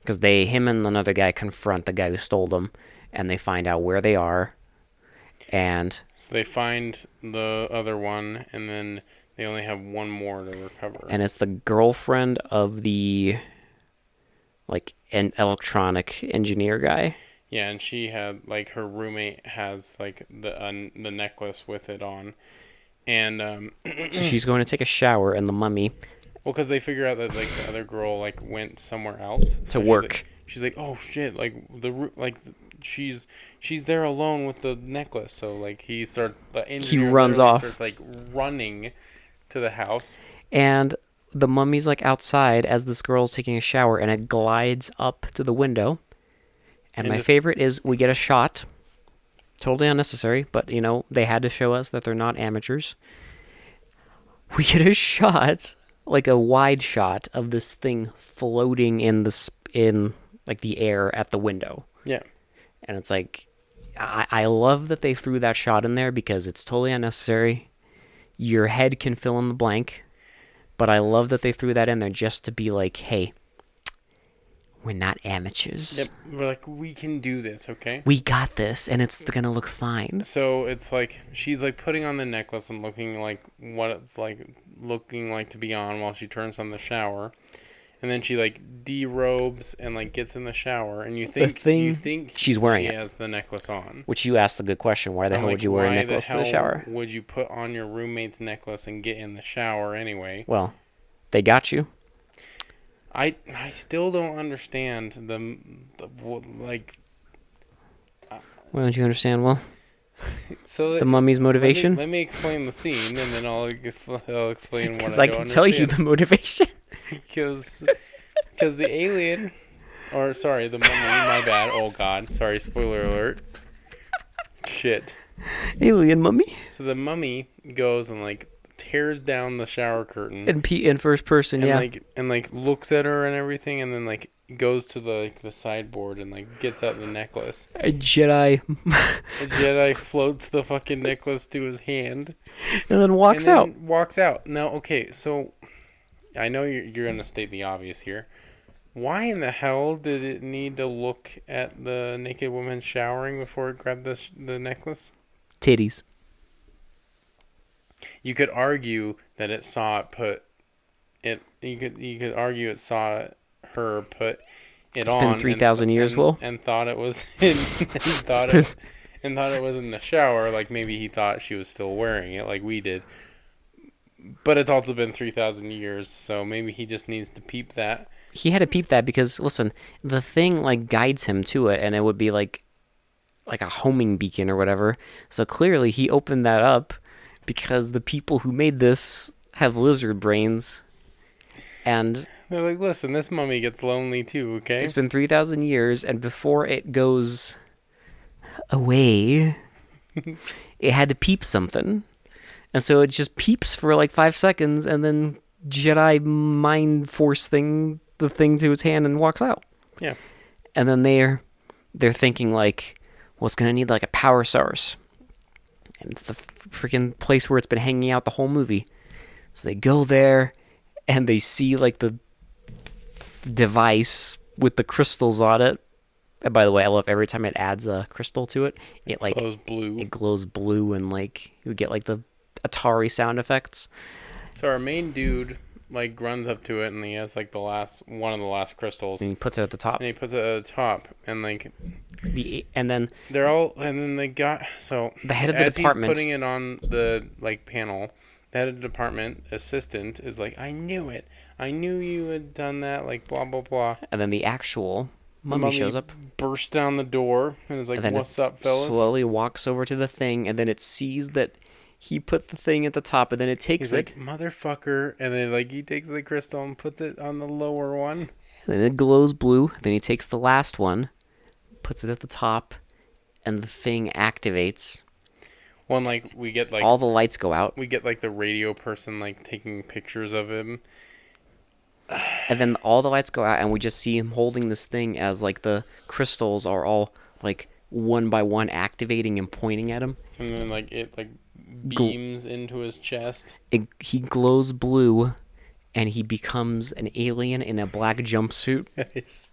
Speaker 2: because they, him and another guy confront the guy who stole them and they find out where they are. And
Speaker 1: so they find the other one and then they only have one more to recover.
Speaker 2: and it's the girlfriend of the like an electronic engineer guy.
Speaker 1: yeah, and she had like her roommate has like the uh, the necklace with it on, and um,
Speaker 2: So she's going to take a shower and the mummy
Speaker 1: Well, because they figure out that like the other girl like went somewhere else so she's
Speaker 2: work.
Speaker 1: like- She's like, oh shit! Like the ru- like th- she's she's there alone with the necklace. So like he starts the engineer
Speaker 2: runs
Speaker 1: literally
Speaker 2: off.
Speaker 1: Starts like running to the house.
Speaker 2: and the mummy's like outside as this girl's taking a shower and it glides up to the window and,
Speaker 1: And
Speaker 2: my
Speaker 1: just-
Speaker 2: favorite is we get a shot totally unnecessary but you know they had to show us that they're not amateurs we get a shot like a wide shot of this thing floating in the s- in like the air at the window.
Speaker 1: Yeah.
Speaker 2: and it's like I, I love that they threw that shot in there because it's totally unnecessary. Your head can fill in the blank, but I love that they threw that in there just to be like, hey, we're not amateurs.
Speaker 1: Yep. We're like, we can do this, okay?
Speaker 2: We got this, and it's gonna look fine.
Speaker 1: So it's like she's like putting on the necklace and looking like what it's like looking like to be on while she turns on the shower. And then she like derobes and like gets in the shower and you think you
Speaker 2: thing-
Speaker 1: think
Speaker 2: she's wearing
Speaker 1: she
Speaker 2: it.
Speaker 1: has the necklace on.
Speaker 2: Which you asked a good question. Why the
Speaker 1: I'm
Speaker 2: hell
Speaker 1: like,
Speaker 2: would you wear a
Speaker 1: why
Speaker 2: necklace to the
Speaker 1: hell
Speaker 2: shower?
Speaker 1: Would you put on your roommate's necklace and get in the shower anyway?
Speaker 2: Well, they got you.
Speaker 1: I I still don't understand the, the wh- like
Speaker 2: Why don't you understand? Well,
Speaker 1: so
Speaker 2: the mummy's motivation.
Speaker 1: Let me, let me explain the scene and then I'll, expl- I'll explain what I
Speaker 2: Because
Speaker 1: do
Speaker 2: I can tell you the motivation.
Speaker 1: because because the alien or sorry the mummy my bad oh god sorry spoiler alert shit
Speaker 2: Alien mummy.
Speaker 1: so the mummy goes and like tears down the shower curtain
Speaker 2: And Pete in first person,
Speaker 1: and
Speaker 2: yeah.
Speaker 1: like and like looks at her and everything and then like goes to the like, the sideboard and like gets out the necklace
Speaker 2: a Jedi.
Speaker 1: the jedi floats the fucking necklace to his hand
Speaker 2: and then walks
Speaker 1: and
Speaker 2: out.
Speaker 1: then Walks out. Now, okay, so I know you're, you're going to state the obvious here. Why in the hell did it need to look at the naked woman showering before it grabbed the, sh- the necklace?
Speaker 2: Titties.
Speaker 1: You could argue that it saw it put it. You could you could argue it saw her put it
Speaker 2: It's
Speaker 1: on.
Speaker 2: been
Speaker 1: and-
Speaker 2: 3,000 years,
Speaker 1: and-
Speaker 2: Will.
Speaker 1: and thought it was in, and thought
Speaker 2: been-
Speaker 1: it, and thought it was in the shower. Like maybe he thought she was still wearing it, like we did. But it's also been three thousand years, so maybe he just needs to peep that.
Speaker 2: He had to peep that because listen, the thing like guides him to it, and it would be like, like a homing beacon or whatever. So clearly, he opened that up because the people who made this have lizard brains, and
Speaker 1: They're like, listen, this mummy gets lonely too. Okay,
Speaker 2: it's been three thousand years, and before it goes away, it had to peep something, and so it just peeps for like five seconds, and then Jedi mind force thing the thing to its hand and walks out.
Speaker 1: yeah,
Speaker 2: and then they're they're thinking like well it's going to need like a power source and it's the f- freaking place where it's been hanging out the whole movie so they go there and they see like the device with the crystals on it and by the way i love every time it adds a crystal to it it like
Speaker 1: glows blue.
Speaker 2: it glows blue and like you get like the atari sound effects
Speaker 1: So our main dude like runs up to it, and he has like the last one of the last crystals,
Speaker 2: and
Speaker 1: and
Speaker 2: he puts it at the top
Speaker 1: he puts it at the top, and like
Speaker 2: the, and then
Speaker 1: They're all, and then they got so
Speaker 2: The head of the
Speaker 1: as
Speaker 2: department-
Speaker 1: He's putting it on the like panel. The head of the department assistant is like, "I knew it. I knew you had done that." Like blah blah blah.
Speaker 2: and then the actual mummy,
Speaker 1: Mummy
Speaker 2: shows up
Speaker 1: bursts down the door and is like,
Speaker 2: And then
Speaker 1: "What's
Speaker 2: it
Speaker 1: up, fellas?"
Speaker 2: slowly walks over to the thing, and then it sees that he put the thing at the top, and then it takes
Speaker 1: He's
Speaker 2: it,
Speaker 1: like, "Motherfucker!" And then like he takes the crystal and puts it on the lower one.
Speaker 2: and then it glows blue. Then he takes the last one, puts it at the top, and the thing activates.
Speaker 1: One like we get like
Speaker 2: All the lights go out,
Speaker 1: we get like the radio person like taking pictures of him.
Speaker 2: and then all the lights go out, and we just see him holding this thing as like the crystals are all like one by one activating and pointing at him.
Speaker 1: And then like it like beams into his chest.
Speaker 2: It, he glows blue, and he becomes an alien in a black jumpsuit.
Speaker 1: Yes.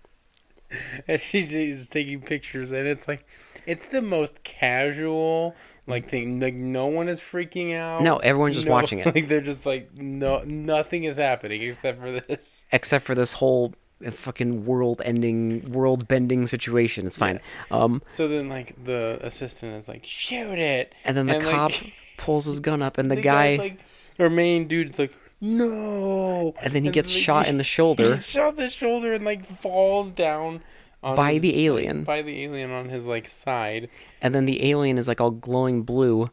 Speaker 1: And she's, she's taking pictures, and it's like, it's the most casual like thing. Like no one is freaking out.
Speaker 2: No, everyone's just
Speaker 1: No-
Speaker 2: watching it.
Speaker 1: Like they're just like, no, nothing is happening except for this.
Speaker 2: except for this whole uh, fucking world ending world bending situation it's fine um
Speaker 1: So then, like the assistant is like, shoot it,
Speaker 2: and then the cop
Speaker 1: like,
Speaker 2: pulls his gun up and the,
Speaker 1: the
Speaker 2: guy
Speaker 1: guy's like, our main dude, is like, no,
Speaker 2: and then he gets
Speaker 1: like,
Speaker 2: shot in the shoulder
Speaker 1: He's shot in the shoulder and like falls down on
Speaker 2: by
Speaker 1: his-
Speaker 2: the alien
Speaker 1: by the alien on his like side.
Speaker 2: and then the alien is like all glowing blue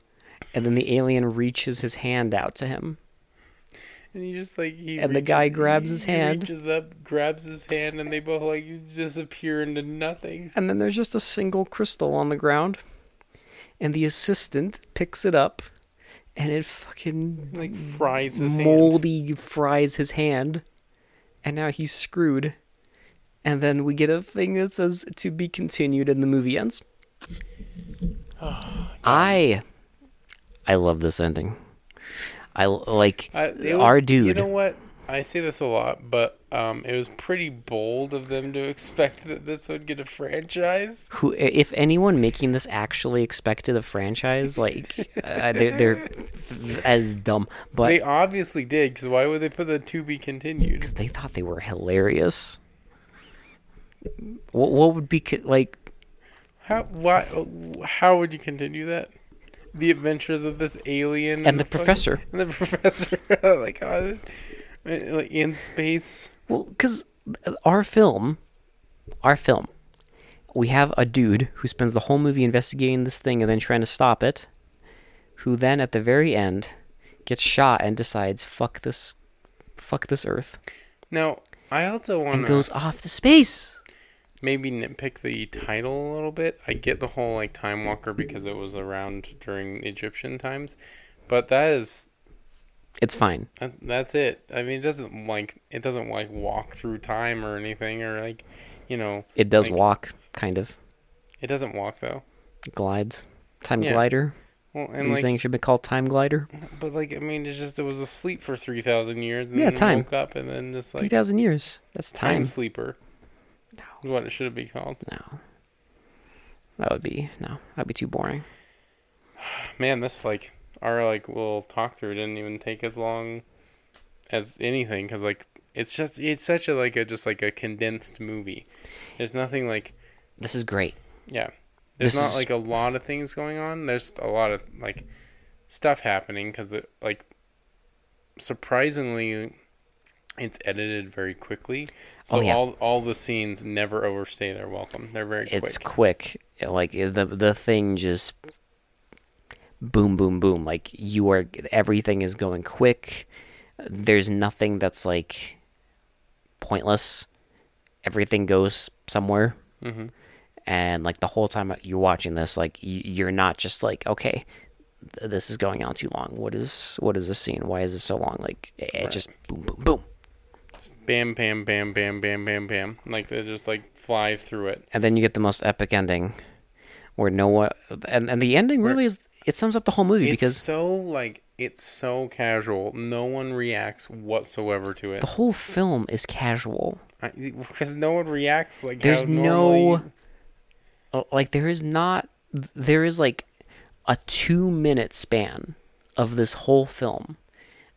Speaker 2: and then the alien reaches his hand out to him
Speaker 1: And he just like he
Speaker 2: And the guy grabs
Speaker 1: he
Speaker 2: his hand.
Speaker 1: reaches up, grabs his hand, and they both like disappear into nothing.
Speaker 2: and then there's just a single crystal on the ground and the assistant picks it up and it fucking
Speaker 1: Like fries his hand.
Speaker 2: moldy fries his hand, and now he's screwed. and then we get a thing that says to be continued, and the movie ends. I, I love this ending. I l- like
Speaker 1: I, it was-
Speaker 2: our dude.
Speaker 1: You know what? I say this a lot, but um, it was pretty bold of them to expect that this would get a franchise.
Speaker 2: who if anyone making this actually expected a franchise like uh, they're, they're as dumb but
Speaker 1: They obviously did, because why would they put the to be continued?
Speaker 2: they thought they were hilarious what, what would be co- like
Speaker 1: How why? How would you continue that? The adventures of this alien
Speaker 2: and the
Speaker 1: fucking-
Speaker 2: professor
Speaker 1: and the professor, like, uh, like in space.
Speaker 2: well because our film our film we have a dude who spends the whole movie investigating this thing and then trying to stop it who then at the very end gets shot and decides fuck this fuck this earth
Speaker 1: Now, I also want
Speaker 2: and
Speaker 1: to
Speaker 2: goes off to space
Speaker 1: maybe nitpick the title a little bit. I get the whole like time walker because it was around during Egyptian times, but that is
Speaker 2: It's fine.
Speaker 1: that- that's it. I mean, it doesn't like it doesn't like walk through time or anything or like, you know,
Speaker 2: It does
Speaker 1: Like-
Speaker 2: walk, kind of.
Speaker 1: it doesn't walk though.
Speaker 2: Glides. Time
Speaker 1: Yeah.
Speaker 2: glider.
Speaker 1: Well,
Speaker 2: Are
Speaker 1: and
Speaker 2: you
Speaker 1: like,
Speaker 2: saying it should be called time glider?
Speaker 1: but like, I mean, it's just it was asleep for three thousand years and
Speaker 2: Yeah,
Speaker 1: then it
Speaker 2: time.
Speaker 1: woke up and then just
Speaker 2: Three
Speaker 1: like
Speaker 2: thousand years. That's
Speaker 1: time,
Speaker 2: time.
Speaker 1: sleeper.
Speaker 2: No.
Speaker 1: is What it should be called.
Speaker 2: No. That would be no. That'd be too boring.
Speaker 1: Man, this like our like little talk through didn't even take as long as anything because like it's just it's such a like a just like a condensed movie. There's nothing like
Speaker 2: This is great.
Speaker 1: yeah. There's
Speaker 2: This
Speaker 1: not
Speaker 2: is-
Speaker 1: like a lot of things going on. There's a lot of like stuff happening because like surprisingly, it's edited very quickly. So
Speaker 2: Oh, yeah.
Speaker 1: all all the scenes never overstay their welcome. They're very
Speaker 2: It's
Speaker 1: quick.
Speaker 2: quick. Like eh, the the thing just boom boom boom. Like you are everything is going quick. There's nothing that's like pointless. Everything goes somewhere.
Speaker 1: hmm
Speaker 2: and like the whole time you're watching this like y- you're not just like okay th- this is going on too long what is what is this scene why is it so long like it, it just boom boom boom
Speaker 1: Bam, bam, bam, bam, bam, bam, bam. Like they just like fly through it.
Speaker 2: and then you get the most epic ending where no one and, and the ending really is it sums up the whole movie
Speaker 1: it's
Speaker 2: because
Speaker 1: so like it's so casual. No one reacts whatsoever to it
Speaker 2: the whole film is casual
Speaker 1: because no one reacts like
Speaker 2: There's
Speaker 1: how
Speaker 2: no
Speaker 1: normally-
Speaker 2: uh, like there is not there is like a 2 minute span of this whole film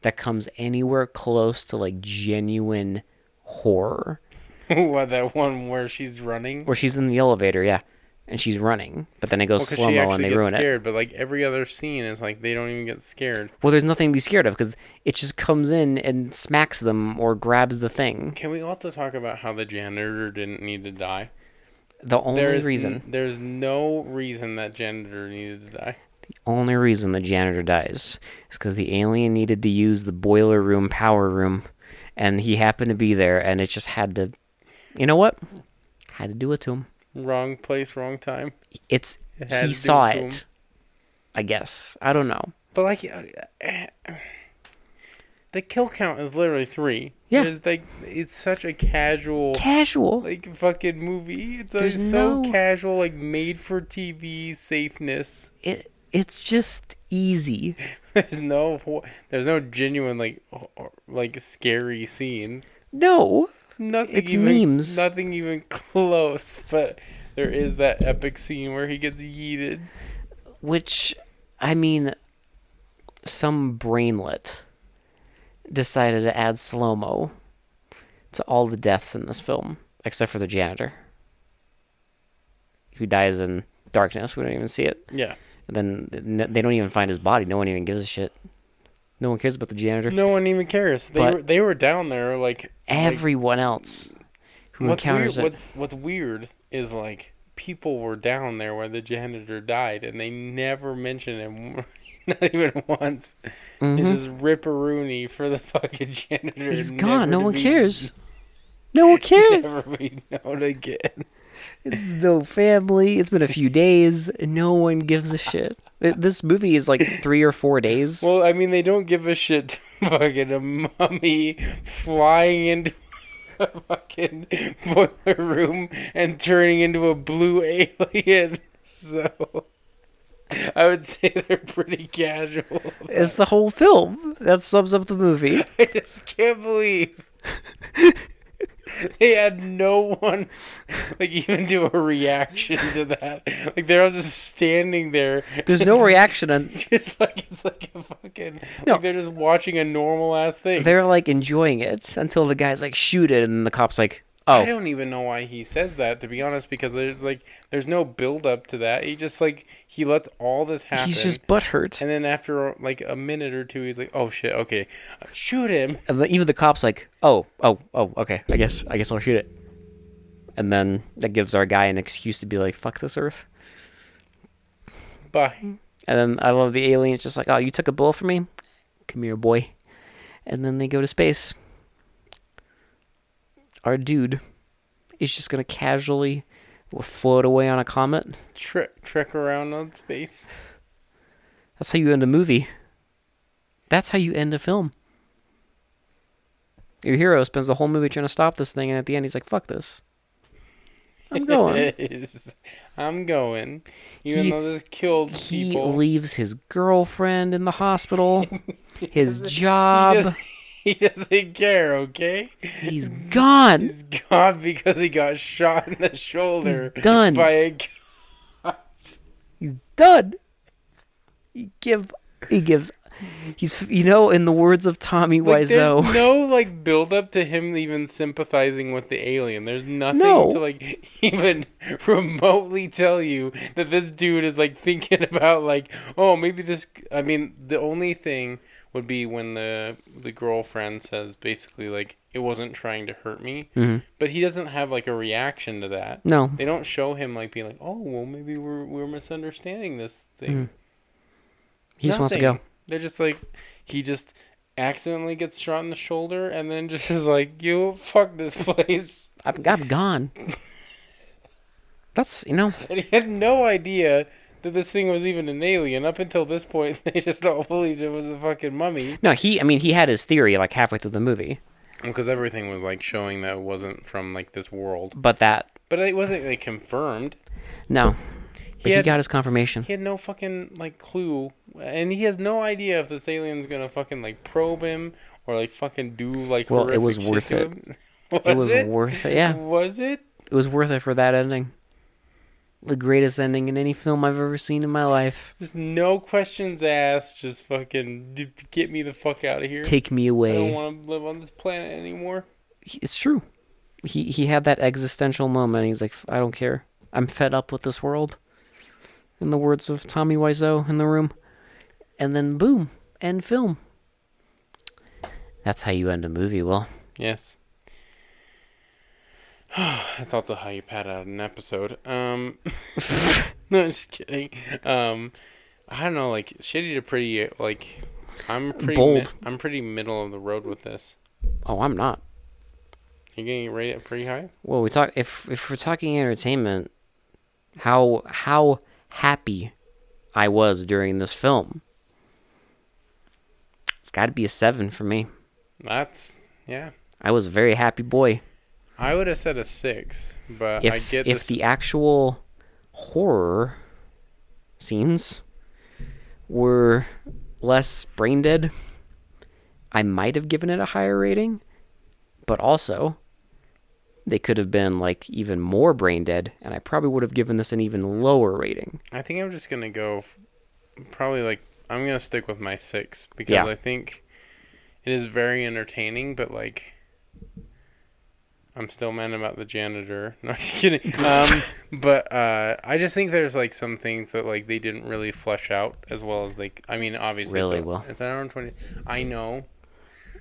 Speaker 2: that comes anywhere close to like genuine horror
Speaker 1: what that one where she's running.
Speaker 2: where she's in the elevator, yeah, and she's running, but then it goes
Speaker 1: Because
Speaker 2: slow
Speaker 1: Oh, she
Speaker 2: mo and
Speaker 1: actually
Speaker 2: they
Speaker 1: gets
Speaker 2: ruin it.
Speaker 1: scared, but like every other scene is like they don't even get scared.
Speaker 2: Well, there's nothing to be scared of because it just comes in and smacks them or grabs the thing.
Speaker 1: Can we also talk about how the janitor didn't need to die?
Speaker 2: The only
Speaker 1: There is
Speaker 2: reason,
Speaker 1: n- there's no reason that janitor needed to die.
Speaker 2: only reason the janitor dies is because the alien needed to use the boiler room power room, and he happened to be there, and it just had to, you know what, had to do it to him.
Speaker 1: Wrong place, wrong time.
Speaker 2: It's
Speaker 1: It had to do
Speaker 2: he
Speaker 1: it
Speaker 2: saw
Speaker 1: to him.
Speaker 2: it, I guess. I don't know.
Speaker 1: But like, uh, uh, the kill count is literally three.
Speaker 2: Yeah.
Speaker 1: There's like, it's such a casual,
Speaker 2: Casual.
Speaker 1: like fucking movie. It's like
Speaker 2: There's
Speaker 1: so
Speaker 2: no-
Speaker 1: casual, like made for TV safeness.
Speaker 2: It it's just easy.
Speaker 1: There's no, ho- there's no genuine like, ho- ho- like scary scenes.
Speaker 2: No.
Speaker 1: Nothing
Speaker 2: It's
Speaker 1: even,
Speaker 2: memes.
Speaker 1: nothing even close. But there is that epic scene where he gets yeeted.
Speaker 2: Which, I mean, some brainlet decided to add slow mo to all the deaths in this film, except for the janitor, who dies in darkness. We don't even see it.
Speaker 1: Yeah.
Speaker 2: And then n- they don't even find his body. No one even gives a shit. No one cares about the janitor.
Speaker 1: No one even cares. They
Speaker 2: But-
Speaker 1: were, they were down there like like,
Speaker 2: Everyone else who
Speaker 1: what's
Speaker 2: encounters
Speaker 1: weird,
Speaker 2: it.
Speaker 1: What, what's weird is like people were down there where the janitor died, and they never mention him, not even once. It's just ripperoonie for the fucking janitor.
Speaker 2: Mm-hmm. He's
Speaker 1: never
Speaker 2: gone. No
Speaker 1: to
Speaker 2: one
Speaker 1: be-
Speaker 2: cares. No one cares.
Speaker 1: Never be known again.
Speaker 2: It's no family. It's been a few days. No one gives a shit. Th- This movie is like three or four days.
Speaker 1: Well, I mean, they don't give a shit. To fucking a mummy flying into the fucking boiler room and turning into a blue alien. So I would say they're pretty casual.
Speaker 2: It's the whole film. That sums up the movie.
Speaker 1: I just can't believe they had no one like even do a reaction to that. Like they're all just standing there.
Speaker 2: There's no reaction on
Speaker 1: Just like it's like a fucking
Speaker 2: No.
Speaker 1: like they're just watching a normal ass thing.
Speaker 2: they're like enjoying it until the guy's like shoot it and the cop's like, "Oh,
Speaker 1: I don't even know why he says that, to be honest, because there's like there's no build up to that. He just like he lets all this happen.
Speaker 2: he's just butthurt."
Speaker 1: and then after like a minute or two, he's like, "Oh shit, okay, shoot him."
Speaker 2: And the, even the cop's like, "Oh, oh, oh, okay. I guess I guess I'll shoot it." And then that gives our guy an excuse to be like, "Fuck this earth."
Speaker 1: Bye.
Speaker 2: And then I love the aliens just like, "Oh, you took a bullet for me? Come here, boy." And then they go to space. Our dude is just going to casually float away on a comet.
Speaker 1: Trek trek around on space.
Speaker 2: That's how you end a movie. That's how you end a film. Your hero spends the whole movie trying to stop this thing, and at the end, he's like, "Fuck this, I'm going."
Speaker 1: Is- I'm going. Even
Speaker 2: He-
Speaker 1: though this killed
Speaker 2: he
Speaker 1: people.
Speaker 2: leaves his girlfriend in the hospital, his job.
Speaker 1: he, doesn't, he doesn't care, okay?
Speaker 2: he's gone.
Speaker 1: He's gone because he got shot in the shoulder
Speaker 2: done.
Speaker 1: by a g-
Speaker 2: he's done. He give. He gives. He's you know, in the words of Tommy
Speaker 1: like,
Speaker 2: Wiseau.
Speaker 1: There's no like build up to him even sympathizing with the alien. There's nothing
Speaker 2: No.
Speaker 1: to like even remotely tell you that this dude is like thinking about like, oh, maybe this. I mean, the only thing would be when the the girlfriend says basically like it wasn't trying to hurt me, but he doesn't have like a reaction to that.
Speaker 2: No.
Speaker 1: They don't show him like being like, oh, well, maybe we're we're misunderstanding this thing.
Speaker 2: He just wants to
Speaker 1: Nothing.
Speaker 2: go.
Speaker 1: They're just like, he just accidentally gets shot in the shoulder and then just is like, you fuck this place.
Speaker 2: I'm, I'm gone. That's you know.
Speaker 1: And he had no idea that this thing was even an alien. Up until this point, they just all believed it was a fucking mummy.
Speaker 2: No, he. I mean, he had his theory like halfway through the movie,
Speaker 1: Because everything was like showing that it wasn't from like this world.
Speaker 2: but that
Speaker 1: But it wasn't like confirmed.
Speaker 2: No. But he,
Speaker 1: had-
Speaker 2: got his confirmation.
Speaker 1: He had no fucking like clue. And he has no idea if this alien's gonna fucking like probe him or like fucking do like
Speaker 2: Well, it
Speaker 1: horrific
Speaker 2: was
Speaker 1: shit
Speaker 2: worth
Speaker 1: to
Speaker 2: it.
Speaker 1: him. Was
Speaker 2: it was worth it. Yeah.
Speaker 1: Was it?
Speaker 2: It was worth it for that ending. The greatest ending in any film I've ever seen in my life.
Speaker 1: Just no questions asked. Just fucking d- get me the fuck out of here.
Speaker 2: Take me
Speaker 1: I don't
Speaker 2: away.
Speaker 1: want to live on this planet anymore.
Speaker 2: He- It's true. He he had that existential moment. He's like, I don't care. I'm fed up with this world. In the words of Tommy Wiseau in the room. And then boom, end film. That's how you end a movie, Will.
Speaker 1: Yes. That's also how you pad out an episode. Um, no, I'm just kidding. Um, I don't know. Like shitty to pretty. Like I'm pretty.
Speaker 2: Bold.
Speaker 1: mi- I'm pretty middle of the road with this.
Speaker 2: Oh, I'm not.
Speaker 1: You're getting rated pretty high.
Speaker 2: Well, we talk if if we're talking entertainment, how how happy I was during this film. It's got to be a seven for me.
Speaker 1: That's yeah.
Speaker 2: I was a very happy boy.
Speaker 1: I would have said a six, but I
Speaker 2: If
Speaker 1: get
Speaker 2: if
Speaker 1: this.
Speaker 2: the actual horror scenes were less brain dead, I might have given it a higher rating. But also, they could have been like even more brain dead, and I probably would have given this an even lower rating.
Speaker 1: I think I'm just gonna go, f- probably like I'm gonna stick with my six because
Speaker 2: Yeah.
Speaker 1: I think it is very entertaining, but like I'm still mad about the janitor. No, I'm just kidding. um, but uh, I just think there's like some things that like they didn't really flesh out as well as like I mean obviously
Speaker 2: Really
Speaker 1: it's, a-
Speaker 2: well.
Speaker 1: it's an hour and twenty. I know,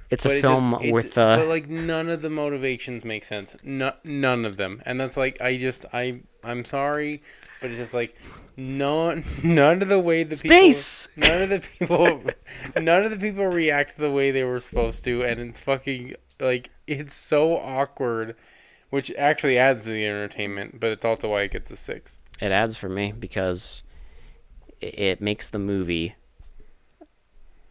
Speaker 2: It's
Speaker 1: but
Speaker 2: a
Speaker 1: it
Speaker 2: film
Speaker 1: just, it,
Speaker 2: with
Speaker 1: but
Speaker 2: uh,
Speaker 1: like none of the motivations make sense. No, none of them, and that's like I just I I'm sorry, but it's just like no none of the way the
Speaker 2: Space!
Speaker 1: people, none of the people, none of the people react the way they were supposed to, and it's fucking like it's so awkward, which actually adds to the entertainment, but it's also why it gets a six.
Speaker 2: it adds for me because i- it makes the movie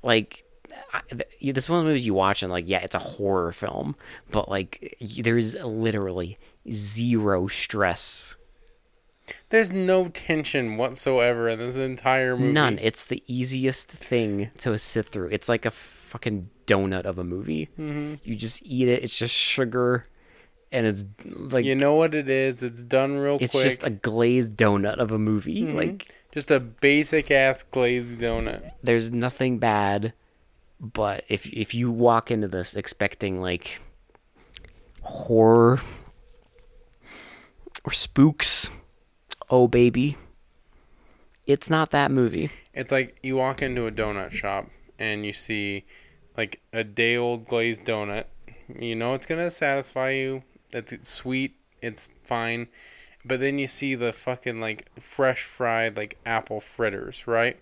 Speaker 2: like I, th- you- this is one of the movies you watch and like, yeah, it's a horror film, but like, y- there's literally zero stress.
Speaker 1: There's no tension whatsoever in this entire movie.
Speaker 2: None. It's the easiest thing to sit through. It's like a fucking donut of a movie.
Speaker 1: Mm-hmm.
Speaker 2: You just eat it. It's just sugar, and it's like
Speaker 1: You know what it is? It's done real
Speaker 2: it's
Speaker 1: quick. Mm-hmm.
Speaker 2: just a glazed donut of a movie. Like
Speaker 1: Just a basic ass glazed donut.
Speaker 2: there's nothing bad, but if if you walk into this expecting like horror or spooks, oh baby, it's not that movie.
Speaker 1: It's like you walk into a donut shop and you see like a day old glazed donut. You know it's gonna satisfy you. That's it's sweet. It's fine. But then you see the fucking like fresh fried like apple fritters, right?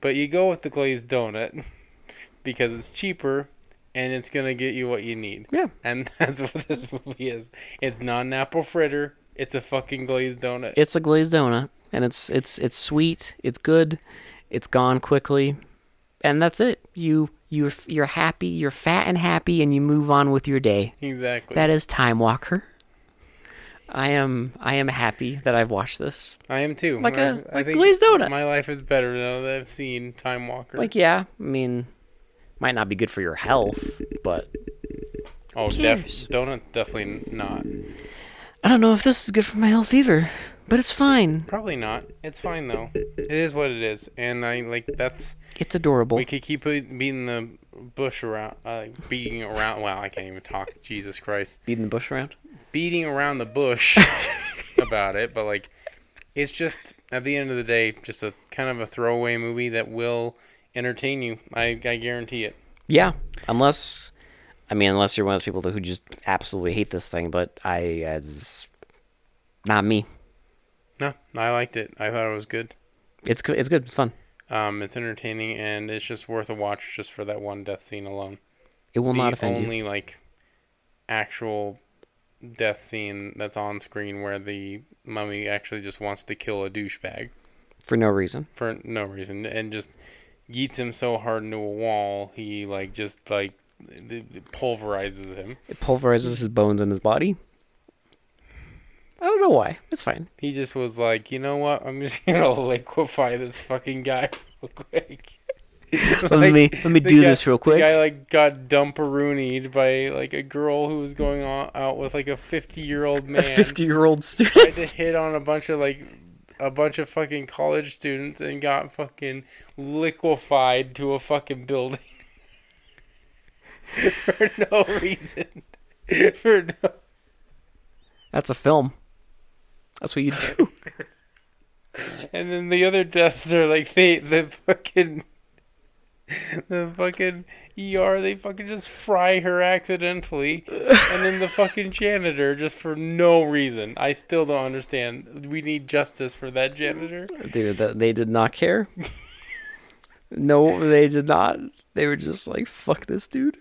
Speaker 1: But you go with the glazed donut because it's cheaper and it's gonna get you what you need.
Speaker 2: Yeah.
Speaker 1: And that's what this movie is. It's not an apple fritter. It's a fucking glazed donut.
Speaker 2: It's a glazed donut, and it's it's it's sweet, it's good, it's gone quickly, and that's it. You you're you're happy, you're fat and happy, and you move on with your day.
Speaker 1: exactly.
Speaker 2: That is Time Walker. I am I am happy that I've watched this.
Speaker 1: I am too.
Speaker 2: Like
Speaker 1: I-
Speaker 2: a-
Speaker 1: I
Speaker 2: like
Speaker 1: think
Speaker 2: glazed donut.
Speaker 1: My life is better now that I've seen Time Walker.
Speaker 2: Like, yeah, I mean, might not be good for your health, but
Speaker 1: oh, def-
Speaker 2: cares?
Speaker 1: donut definitely not.
Speaker 2: I don't know if this is good for my health either. But it's fine.
Speaker 1: Probably not. It's fine though. It is what it is, and I like that's.
Speaker 2: It's adorable.
Speaker 1: We could keep it- beating the bush around, uh, beating around. Wow, I can't even talk. Jesus Christ,
Speaker 2: Beating the bush around.
Speaker 1: beating around the bush about it, but like, it's just at the end of the day, just a kind of a throwaway movie that will entertain you. I I guarantee it.
Speaker 2: Yeah, unless, I mean, unless you're one of those people who just absolutely hate this thing. But I, as not me.
Speaker 1: No, I liked it. I thought it was good.
Speaker 2: It's good. It's good. It's fun.
Speaker 1: Um, it's entertaining and it's just worth a watch just for that one death scene alone.
Speaker 2: It will
Speaker 1: the
Speaker 2: not offend you.
Speaker 1: only like actual death scene that's on screen where the mummy actually just wants to kill a douchebag
Speaker 2: for no reason.
Speaker 1: for no reason and just yeets him so hard into a wall he like just like it- it pulverizes him.
Speaker 2: It pulverizes his bones and his body. I don't know why. It's fine.
Speaker 1: He just was like, you know what? I'm just gonna liquefy this fucking guy real quick.
Speaker 2: let
Speaker 1: Like,
Speaker 2: me let me
Speaker 1: the
Speaker 2: do
Speaker 1: guy-
Speaker 2: this real quick.
Speaker 1: The guy like got dumperoonied by like a girl who was going on, out with like a fifty year old
Speaker 2: a
Speaker 1: man.
Speaker 2: fifty-year-old student.
Speaker 1: tried to hit on a bunch of like a bunch of fucking college students and got fucking liquefied to a fucking building for no reason. for no.
Speaker 2: That's a film. That's what you do.
Speaker 1: And then the other deaths are like they the fucking the fucking ER they fucking just fry her accidentally and then the fucking janitor just for no reason. I still don't understand. We need justice for that janitor.
Speaker 2: Dude, that they did not care. No, they did not. They were just like, fuck this dude.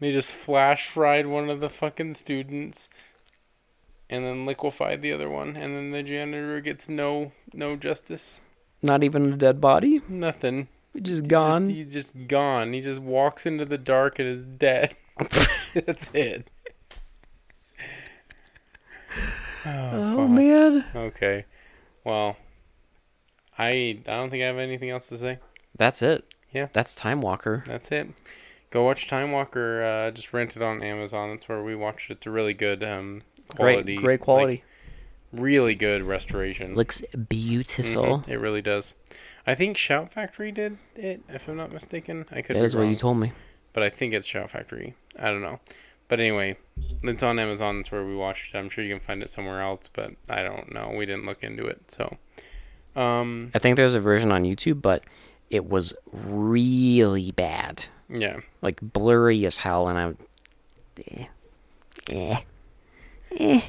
Speaker 1: They just flash fried one of the fucking students and then liquefied the other one and then the janitor gets no no justice.
Speaker 2: Not even a dead body.
Speaker 1: Nothing.
Speaker 2: Just gone.
Speaker 1: Just, he's just gone. He just walks into the dark and is dead. That's it. Oh,
Speaker 2: oh
Speaker 1: fuck.
Speaker 2: man.
Speaker 1: Okay. Well, I I don't think I have anything else to say.
Speaker 2: That's it.
Speaker 1: Yeah.
Speaker 2: That's Time Walker.
Speaker 1: That's it. Go watch Time Walker. Uh, just rent it on Amazon. That's where we watched it. It's a really good um, quality. like,
Speaker 2: great great
Speaker 1: mm-hmm.
Speaker 2: quality.
Speaker 1: really good restoration.
Speaker 2: Looks
Speaker 1: Mhm,
Speaker 2: beautiful.
Speaker 1: It really does. I think Shout Factory did it, if I'm not mistaken. I could
Speaker 2: That
Speaker 1: be
Speaker 2: is what
Speaker 1: wrong.
Speaker 2: you told me.
Speaker 1: but I think it's Shout Factory. I don't know. But anyway, it's on Amazon. That's where we watched it. I'm sure you can find it somewhere else, but I don't know. We didn't look into it. So, um,
Speaker 2: I think there's a version on YouTube, but it was really bad.
Speaker 1: yeah.
Speaker 2: Like blurry as hell and I eh. Eh.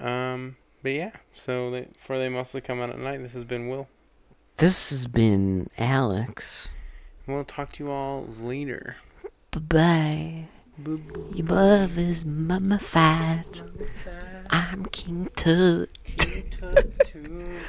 Speaker 1: Um, but yeah. So they, for they mostly come out at night. This has been Will.
Speaker 2: This has been Alex.
Speaker 1: We'll talk to you all later.
Speaker 3: Bye-bye. Your love is mummified. I'm King Tut.
Speaker 1: Two